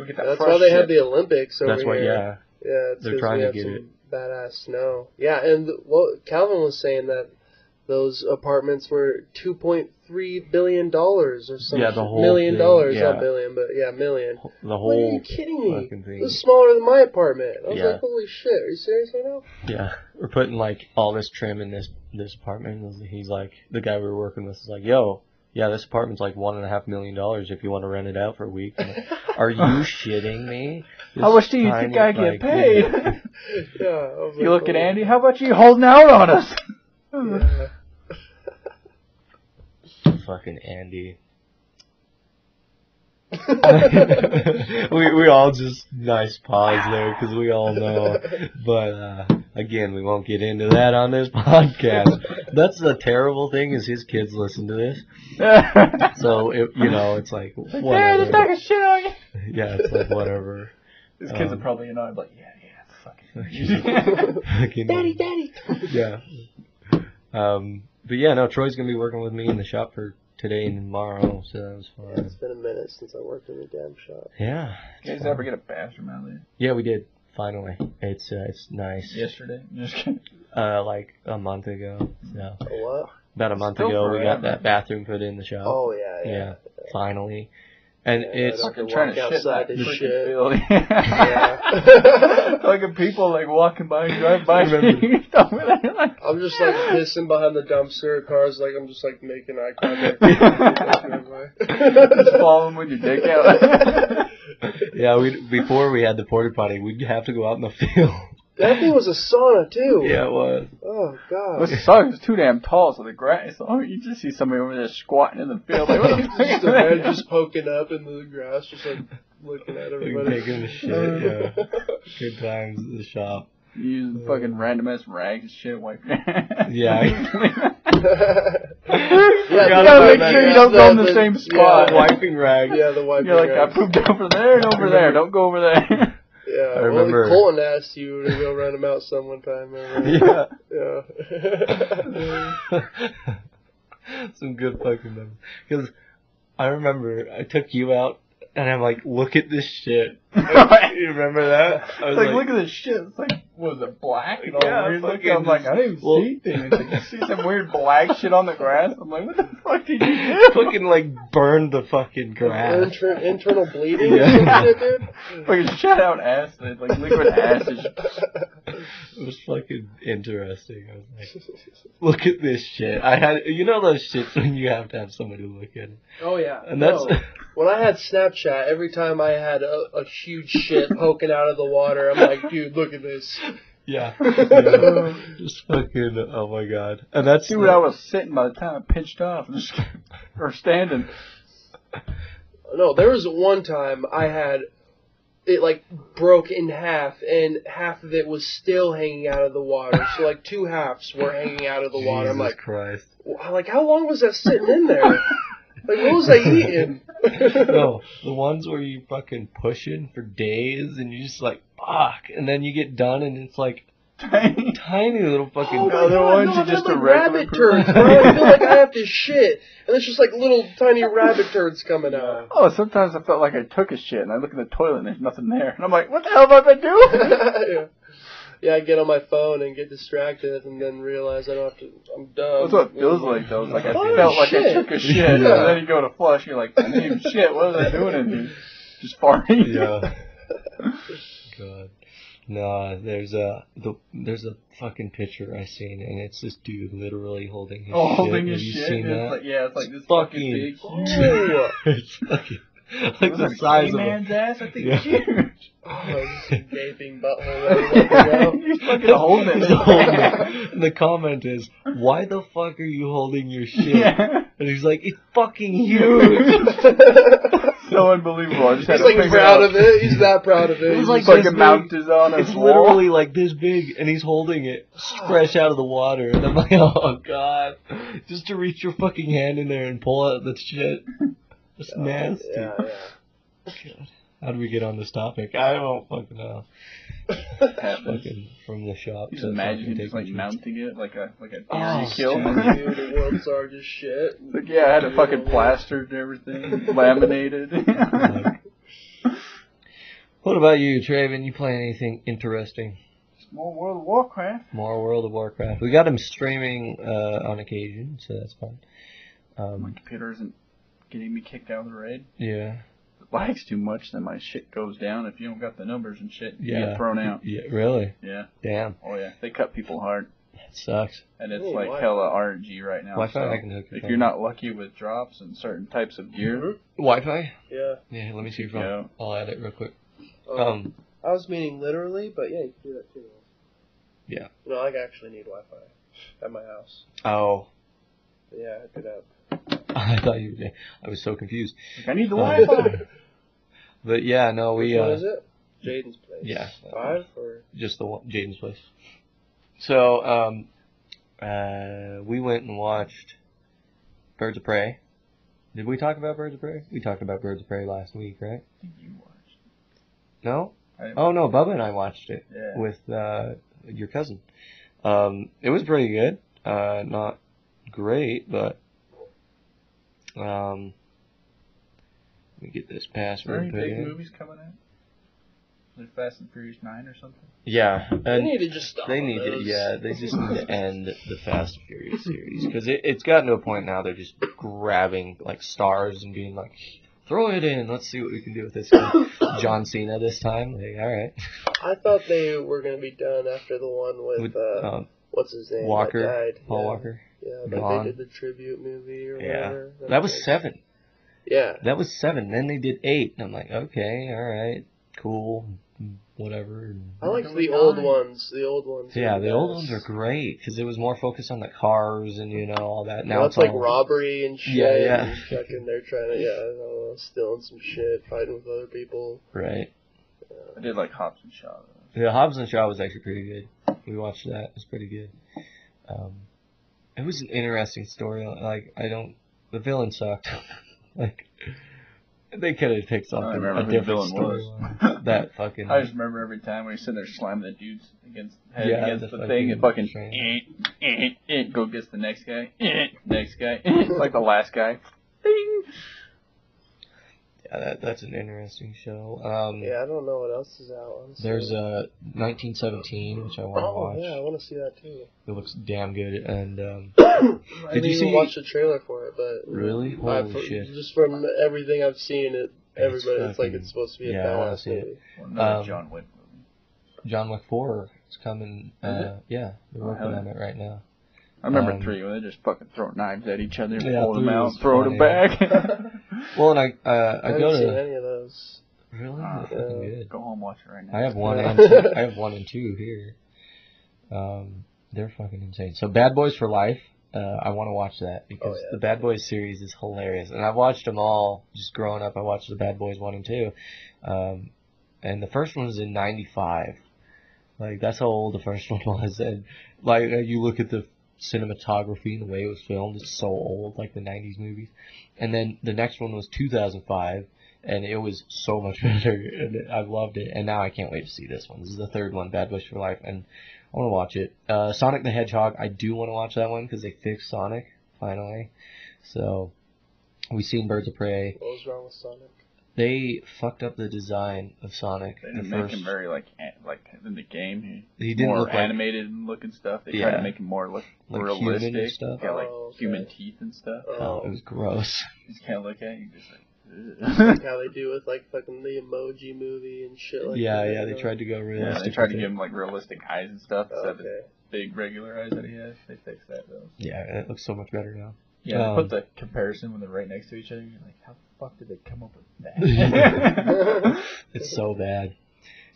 Speaker 2: We get that
Speaker 3: That's
Speaker 2: fresh
Speaker 3: why they
Speaker 2: shit.
Speaker 3: have the Olympics over
Speaker 1: that's why.
Speaker 3: here.
Speaker 1: Yeah,
Speaker 3: Yeah, it's
Speaker 1: They're
Speaker 3: 'cause
Speaker 1: trying
Speaker 3: we
Speaker 1: to
Speaker 3: have
Speaker 1: get
Speaker 3: some
Speaker 1: it.
Speaker 3: badass snow. Yeah, and th- what Calvin was saying that those apartments were two point three billion dollars or some
Speaker 1: Yeah, the whole
Speaker 3: million
Speaker 1: thing,
Speaker 3: dollars,
Speaker 1: yeah.
Speaker 3: not billion, but yeah, million.
Speaker 1: the
Speaker 3: What are you
Speaker 1: whole
Speaker 3: kidding me?
Speaker 1: fucking
Speaker 3: It
Speaker 1: thing.
Speaker 3: was smaller than my apartment. I was
Speaker 1: Yeah.
Speaker 3: like, holy shit, are you serious right now?
Speaker 1: Yeah, we're putting like all this trim in this this apartment. and He's like, the guy we were working with is like, yo, yeah, this apartment's like one and a half million dollars if you want to rent it out for a week. I'm like, Are you shitting me?
Speaker 2: How
Speaker 1: This
Speaker 2: much do you
Speaker 1: tiny,
Speaker 2: think I get
Speaker 1: like,
Speaker 2: paid?
Speaker 3: Yeah. I was
Speaker 2: you
Speaker 3: like,
Speaker 2: look at
Speaker 3: "Holy-
Speaker 2: Andy. How about you holding out on us?
Speaker 3: Yeah.
Speaker 1: Fucking Andy. we we all just nice pause there because we all know. But uh, again, we won't get into that on this podcast. That's the terrible thing is his kids listen to this,
Speaker 2: yeah,
Speaker 1: so it, you know it's like
Speaker 2: they're
Speaker 1: whatever.
Speaker 2: talking shit on you.
Speaker 1: Yeah, it's like whatever.
Speaker 2: These kids
Speaker 1: Um,
Speaker 2: are probably annoyed, but yeah, yeah, fuck it.
Speaker 1: Fucking-
Speaker 3: Daddy, daddy.
Speaker 1: yeah. Um, but yeah, no. Troy's gonna be working with me in the shop for today and tomorrow, so that was
Speaker 3: Yeah,
Speaker 1: fun.
Speaker 3: it's been a minute since I worked in a damn shop.
Speaker 1: Yeah.
Speaker 2: you guys ever get a bathroom out there?
Speaker 1: Yeah, we did. Finally, it's uh, it's nice.
Speaker 2: Yesterday? Just kidding.
Speaker 1: Uh, like a month ago. So
Speaker 3: A what?
Speaker 1: about a month
Speaker 2: Still
Speaker 1: ago, we got
Speaker 2: forever.
Speaker 1: that bathroom put in the shop.
Speaker 3: Oh yeah,
Speaker 1: yeah.
Speaker 3: yeah.
Speaker 1: Finally, and
Speaker 3: Yeah,
Speaker 1: it's
Speaker 3: that's-
Speaker 2: Fucking
Speaker 3: walk
Speaker 2: trying to shit
Speaker 3: outside
Speaker 2: that
Speaker 3: and
Speaker 2: freaking
Speaker 3: shit.
Speaker 2: field.
Speaker 3: Yeah.
Speaker 2: Fucking people like walking by, and drive by,
Speaker 1: Remember.
Speaker 2: you know, with it, like,
Speaker 3: I'm just like pissing behind the dumpster. Cars like I'm just like making eye contact.
Speaker 2: just falling with your dick out.
Speaker 1: yeah. We before we had the porta potty, we'd have to go out in the field.
Speaker 3: that thing was a sauna too.
Speaker 1: yeah, it was.
Speaker 3: Oh
Speaker 2: What
Speaker 3: god.
Speaker 2: sucks is too damn tall, so the grass. Oh, you just see somebody over there squatting in the field. Like, what the fuck is
Speaker 3: just a man
Speaker 2: that?
Speaker 3: just poking up into the grass, just like looking at everybody. Uh,
Speaker 1: Taking a shit. Yeah. Good times at the shop.
Speaker 2: using fucking random ass rags and shit. Wipe your ass.
Speaker 1: Yeah.
Speaker 2: you
Speaker 1: Forgot
Speaker 2: gotta
Speaker 1: about
Speaker 2: make sure
Speaker 1: that.
Speaker 2: you don't go in the
Speaker 3: Yeah,
Speaker 2: same
Speaker 3: the-
Speaker 2: spot.
Speaker 3: yeah.
Speaker 1: Wiping rags.
Speaker 3: yeah, the white.
Speaker 2: You're like, I pooped over there and over there. Don't go over there.
Speaker 3: Yeah,
Speaker 1: I remember-
Speaker 3: Well, Colin asked you to go run him out some one time. Remember?
Speaker 1: Yeah.
Speaker 3: Yeah.
Speaker 1: Some good fucking memories. Because I remember I took you out and I'm like, look at this shit.
Speaker 2: It's
Speaker 1: You remember that? I was
Speaker 2: like, look at this shit. It's like, was it black and all
Speaker 1: Yeah,
Speaker 2: weird
Speaker 1: fucking
Speaker 2: looking? I'm like, I didn't even
Speaker 1: well-
Speaker 2: see things. Like, you see some weird black shit on the grass. I'm like, what the fuck did you do?
Speaker 1: fucking like burned the fucking grass.
Speaker 3: Inter- internal bleeding or
Speaker 1: Yeah.
Speaker 3: some shit, dude.
Speaker 2: Fucking shut out acid, like liquid acid.
Speaker 1: It was fucking interesting. I was like, look at this shit. I had, you know those shits when you have to have somebody look at it.
Speaker 3: Oh yeah.
Speaker 1: And that's,
Speaker 3: No. When I had Snapchat, every time I had a, a huge shit poking out of the water, I'm like, dude, look at this.
Speaker 1: yeah. yeah. Just fucking, oh my god. And that's,
Speaker 2: Dude, I was sitting by the time I pinched off, and just, or standing.
Speaker 3: No, there was one time I had it like broke in half, and half of it was still hanging out of the water. So like two halves were hanging out of the water. I'm
Speaker 1: Jesus
Speaker 3: like,
Speaker 1: Christ.
Speaker 3: I'm like, how long was that sitting in there? Like, what was I eating?
Speaker 1: no, the ones where you fucking pushing for days and you just like fuck, and then you get done and it's like tiny little fucking.
Speaker 3: Oh my
Speaker 2: other
Speaker 3: God,
Speaker 2: ones
Speaker 3: no,
Speaker 2: are
Speaker 3: they're
Speaker 2: just
Speaker 3: like
Speaker 2: a regular
Speaker 3: rabbit
Speaker 2: person.
Speaker 3: turds, bro. I feel like I have to shit, and it's just like little tiny rabbit turds coming out.
Speaker 2: Oh, sometimes I felt like I took a shit, and I look in the toilet, and there's nothing there. And I'm like, what the hell have I been doing?
Speaker 3: yeah. Yeah, I get on my phone and get distracted, and then realize I don't have to. I'm done.
Speaker 2: That's what it feels like, though. It's like I
Speaker 3: Holy
Speaker 2: felt like I
Speaker 3: shit.
Speaker 2: took a shit, and
Speaker 3: Yeah.
Speaker 2: then you go to flush, you're like, I need shit, what was I doing in here? Just farting.
Speaker 1: Yeah. Oh, God. No, there's a the, there's a fucking picture I seen and it's this dude literally holding his
Speaker 2: Oh,
Speaker 1: shit.
Speaker 2: holding
Speaker 1: Have
Speaker 2: his
Speaker 1: you
Speaker 2: shit.
Speaker 1: seen
Speaker 2: and
Speaker 1: that?
Speaker 2: It's like, yeah, it's like this
Speaker 1: Fucking
Speaker 2: fucking big. huge-
Speaker 3: Ew.
Speaker 1: it's fucking like
Speaker 2: Looks
Speaker 1: the
Speaker 2: like a
Speaker 1: size
Speaker 2: gay
Speaker 1: of a
Speaker 2: man's ass. I think
Speaker 1: Yeah.
Speaker 2: it's huge.
Speaker 3: Oh, this gaping butthole.
Speaker 2: He's fucking holding
Speaker 1: He's holding
Speaker 2: it.
Speaker 1: it. And the comment is, "Why the fuck are you holding your shit?"
Speaker 2: Yeah.
Speaker 1: And he's like, "It's fucking huge."
Speaker 2: so unbelievable. I just had
Speaker 3: He's
Speaker 2: to
Speaker 3: like
Speaker 2: figure out.
Speaker 3: proud of it. He's that proud of it.
Speaker 1: He's
Speaker 3: He's
Speaker 1: like
Speaker 3: like,
Speaker 1: this big.
Speaker 2: fucking mount is on his
Speaker 1: It's
Speaker 2: wall.
Speaker 1: literally like this big, and he's holding it fresh out of the water. And I'm like, oh god, just to reach your fucking hand in there and pull out the shit. It's
Speaker 2: Oh,
Speaker 1: nasty.
Speaker 3: yeah, yeah.
Speaker 1: How do we get on this topic? I don't fucking know.
Speaker 2: happens.
Speaker 1: fucking from the shop.
Speaker 2: Just
Speaker 1: so
Speaker 2: imagine
Speaker 1: fucking
Speaker 2: him just
Speaker 1: take
Speaker 2: like
Speaker 1: pictures.
Speaker 2: mounting it like a like a
Speaker 3: Oh,
Speaker 2: easy kill.
Speaker 3: dude, the world's largest shit.
Speaker 2: It's like yeah, I had it
Speaker 3: Dude,
Speaker 2: fucking
Speaker 3: the world-
Speaker 2: plastered and everything, laminated.
Speaker 1: Like- what about you, Traven? You playing anything interesting?
Speaker 2: More World of Warcraft.
Speaker 1: More World of Warcraft. We got him streaming uh, on occasion, so that's fun.
Speaker 2: My
Speaker 1: Um,
Speaker 2: computer isn't getting me kicked out of the raid.
Speaker 1: yeah,
Speaker 2: If it lags too much, then my shit goes down. If you don't got the numbers and shit, you
Speaker 1: Yeah.
Speaker 2: get thrown out.
Speaker 1: yeah, really?
Speaker 2: Yeah.
Speaker 1: Damn,
Speaker 2: Oh yeah. They cut people hard,
Speaker 1: that sucks.
Speaker 2: and it's
Speaker 3: Oh,
Speaker 2: like
Speaker 3: why?
Speaker 2: hella RNG right now.
Speaker 1: Wi-Fi,
Speaker 2: so
Speaker 1: I can hook it
Speaker 2: if
Speaker 1: up.
Speaker 2: you're not lucky with drops and certain types of gear,
Speaker 1: Wi-Fi.
Speaker 3: Yeah.
Speaker 1: Yeah, let me see your
Speaker 2: you
Speaker 1: phone.
Speaker 2: know,
Speaker 1: I'll add it real quick.
Speaker 3: Um,
Speaker 1: Um,
Speaker 3: I was meaning literally, but yeah, you can do that too.
Speaker 1: Yeah.
Speaker 3: No, I actually need Wi-Fi at my house.
Speaker 1: oh,
Speaker 3: Yeah, I do that.
Speaker 1: I thought you. Were, I was so confused.
Speaker 2: like, I need the
Speaker 1: Um,
Speaker 2: Wi-Fi.
Speaker 1: But yeah, no, we.
Speaker 3: Which one
Speaker 1: uh,
Speaker 3: is it? Jaden's place.
Speaker 1: yeah.
Speaker 3: Five or
Speaker 1: just the one, Jaden's place. So, um, uh, we went and watched Birds of Prey. Did we talk about Birds of Prey? We talked about Birds of Prey last week, right?
Speaker 2: You watched.
Speaker 1: No?
Speaker 2: I-
Speaker 1: Oh no, Bubba and I watched it
Speaker 2: Yeah.
Speaker 1: with uh, your cousin. Um, it was pretty good. Uh, not great, but um, let me get this
Speaker 2: Are any
Speaker 1: password. put
Speaker 2: big
Speaker 1: in.
Speaker 2: movies coming out? Like Fast and Furious Nine or something?
Speaker 1: Yeah,
Speaker 3: they
Speaker 1: and
Speaker 3: need to just stop.
Speaker 1: Uh, They need to,
Speaker 3: those.
Speaker 1: yeah, they just need to end the Fast and Furious series because it, it's gotten to a point now they're just grabbing like stars and being like, throw it in, let's see what we can do with this. guy." John Cena this time, like, all right,
Speaker 3: I thought they were gonna be done after the one with,
Speaker 1: With,
Speaker 3: uh,
Speaker 1: um,
Speaker 3: what's his name? that
Speaker 1: Walker,
Speaker 3: died.
Speaker 1: Paul
Speaker 3: yeah.
Speaker 1: Walker.
Speaker 3: Yeah,
Speaker 1: Gone.
Speaker 3: like they did the tribute movie or
Speaker 1: Yeah.
Speaker 3: whatever.
Speaker 1: That was seven.
Speaker 3: Yeah.
Speaker 1: That was seven. Then they did eight, and I'm like, okay, all right, cool, whatever.
Speaker 3: I like
Speaker 2: Number
Speaker 3: the old
Speaker 2: nine.
Speaker 3: ones. The old ones.
Speaker 1: Yeah, the old
Speaker 3: best.
Speaker 1: ones are great because it was more focused on the cars and you know all that. Now
Speaker 3: Well,
Speaker 1: it's
Speaker 3: it's like
Speaker 1: all-
Speaker 3: robbery and shit.
Speaker 1: Yeah, yeah.
Speaker 3: And fucking, they're trying to, yeah, I don't know, stealing some shit, fighting with other people.
Speaker 1: right.
Speaker 2: I did like Hobbs and Shaw. Though.
Speaker 1: Yeah, Hobbs and Shaw was actually pretty good. We watched that; it was pretty good. Um, it was an interesting story. Like I don't, the villain sucked. like they could have picked
Speaker 2: I
Speaker 1: something
Speaker 2: remember
Speaker 1: a
Speaker 2: who the
Speaker 1: different
Speaker 2: villain was.
Speaker 1: story. That fucking
Speaker 2: I just remember every time we sit there slamming the dudes against head
Speaker 1: Yeah,
Speaker 2: against
Speaker 1: the
Speaker 2: the, thing and fucking
Speaker 1: fucking
Speaker 2: eh, eh, eh, go against the next guy, eh, next guy, eh, like the last guy. Ding.
Speaker 1: yeah, that, that's an interesting show. Um,
Speaker 3: Yeah, I don't know what else is out. Honestly.
Speaker 1: There's uh, 1917, which I want to
Speaker 3: Oh
Speaker 1: watch.
Speaker 3: yeah, I want to see that too.
Speaker 1: It looks damn good. And um,
Speaker 3: I
Speaker 1: Did
Speaker 3: didn't
Speaker 1: you
Speaker 3: even
Speaker 1: see-
Speaker 3: watch the trailer for it, but
Speaker 1: really,
Speaker 3: I-
Speaker 1: holy shit!
Speaker 3: just from everything I've seen, it everybody it's, like
Speaker 1: fucking-
Speaker 3: it's supposed to be a
Speaker 1: yeah, I wanna
Speaker 3: badass
Speaker 1: see it.
Speaker 3: movie.
Speaker 2: Well, another
Speaker 1: Um,
Speaker 2: John Wick movie.
Speaker 1: John Wick 4 is coming.
Speaker 2: Is
Speaker 1: Uh, yeah, they're
Speaker 2: Oh,
Speaker 1: working
Speaker 2: hell yeah.
Speaker 1: on it right now.
Speaker 2: I remember
Speaker 1: um,
Speaker 2: three when they just fucking throw knives at each other,
Speaker 1: Yeah,
Speaker 2: pull them
Speaker 1: three
Speaker 2: out,
Speaker 1: was
Speaker 2: throw them back.
Speaker 1: Well, and I uh, I
Speaker 3: haven't
Speaker 1: go
Speaker 3: seen Uh,
Speaker 1: to
Speaker 3: any of those.
Speaker 1: really
Speaker 2: Ah.
Speaker 1: They're fucking good.
Speaker 2: go home, watch it right now.
Speaker 1: I have one.
Speaker 3: Yeah.
Speaker 1: and two, I have one and two here. Um, they're fucking insane. So Bad Boys for Life. Uh, I want to watch that because
Speaker 3: Oh, yeah.
Speaker 1: the Bad Boys series is hilarious, and I've watched them all. Just growing up, I watched the Bad Boys one and two, um, and the first one was in '95. Like that's how old the first one was, and like uh, you look at the cinematography and the way it was filmed, it's so old, like the '90s movies. And then the next one was 2005, and it was so much better, and I loved it. And now I can't wait to see this one. This is the third one, Bad Boys for Life, and I want to watch it. Uh, Sonic the Hedgehog, I do want to watch that one because they fixed Sonic finally. So we've seen Birds of Prey.
Speaker 3: What was wrong with Sonic?
Speaker 1: They fucked up the design of Sonic.
Speaker 2: They
Speaker 1: the
Speaker 2: didn't make
Speaker 1: first,
Speaker 2: him very like an- like in the game. He
Speaker 1: he didn't
Speaker 2: more
Speaker 1: look like
Speaker 2: animated and looking stuff. They tried
Speaker 1: Yeah.
Speaker 2: to make him more look
Speaker 1: Like human and
Speaker 2: realistic.
Speaker 1: stuff?
Speaker 2: Yeah, like
Speaker 3: Oh, okay.
Speaker 2: human teeth and stuff.
Speaker 1: Oh, it
Speaker 3: Um,
Speaker 1: was gross.
Speaker 2: You just kind of look at it, you just like.
Speaker 3: like how they do with like fucking the emoji movie and shit like
Speaker 1: yeah,
Speaker 3: that.
Speaker 1: yeah, they
Speaker 3: you know?
Speaker 1: tried to go
Speaker 2: Yeah,
Speaker 1: realistic.
Speaker 2: they tried to
Speaker 1: with
Speaker 2: give
Speaker 1: it.
Speaker 2: him like realistic eyes and stuff instead of
Speaker 3: Oh, Okay.
Speaker 2: the big regular eyes that he has. They fixed that though.
Speaker 1: Yeah, it looks so much better now.
Speaker 2: Yeah,
Speaker 1: Um,
Speaker 2: they put the comparison when they're right next to each other. You're like, how the fuck did they come up with that?
Speaker 1: It's so bad.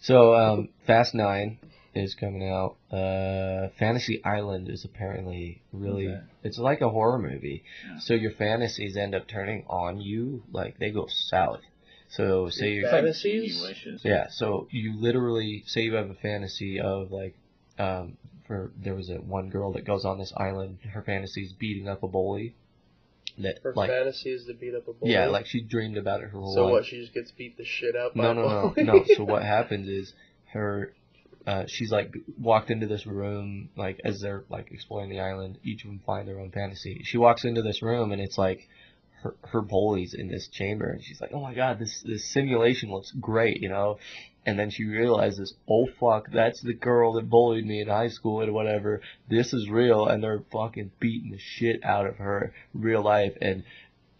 Speaker 1: So, um, Fast Nine is coming out. Uh, Fantasy Island is apparently really.
Speaker 2: Okay.
Speaker 1: It's like a horror movie.
Speaker 2: Yeah.
Speaker 1: So your fantasies end up turning on you. Like they go south. So say you are
Speaker 2: It's
Speaker 3: It's
Speaker 2: like
Speaker 3: Fantasies?
Speaker 2: genie wishes.
Speaker 1: yeah. So you literally say you have a fantasy of like, um, for there was a one girl that goes on this island. Her fantasy is beating up a bully. That
Speaker 3: Her
Speaker 1: like
Speaker 3: fantasy is to beat up a bully.
Speaker 1: yeah, like she dreamed about it her whole
Speaker 3: so
Speaker 1: life.
Speaker 3: what? She just gets beat the shit up.
Speaker 1: No,
Speaker 3: by
Speaker 1: no,
Speaker 3: a
Speaker 1: no,
Speaker 3: bully?
Speaker 1: no. So what happens is her uh, she's like walked into this room like as they're like exploring the island each of them find their own fantasy she walks into this room and it's like her, her bullies in this chamber and she's like oh my god this this simulation looks great you know and then she realizes oh fuck that's the girl that bullied me in high school and whatever this is real and they're fucking beating the shit out of her real life and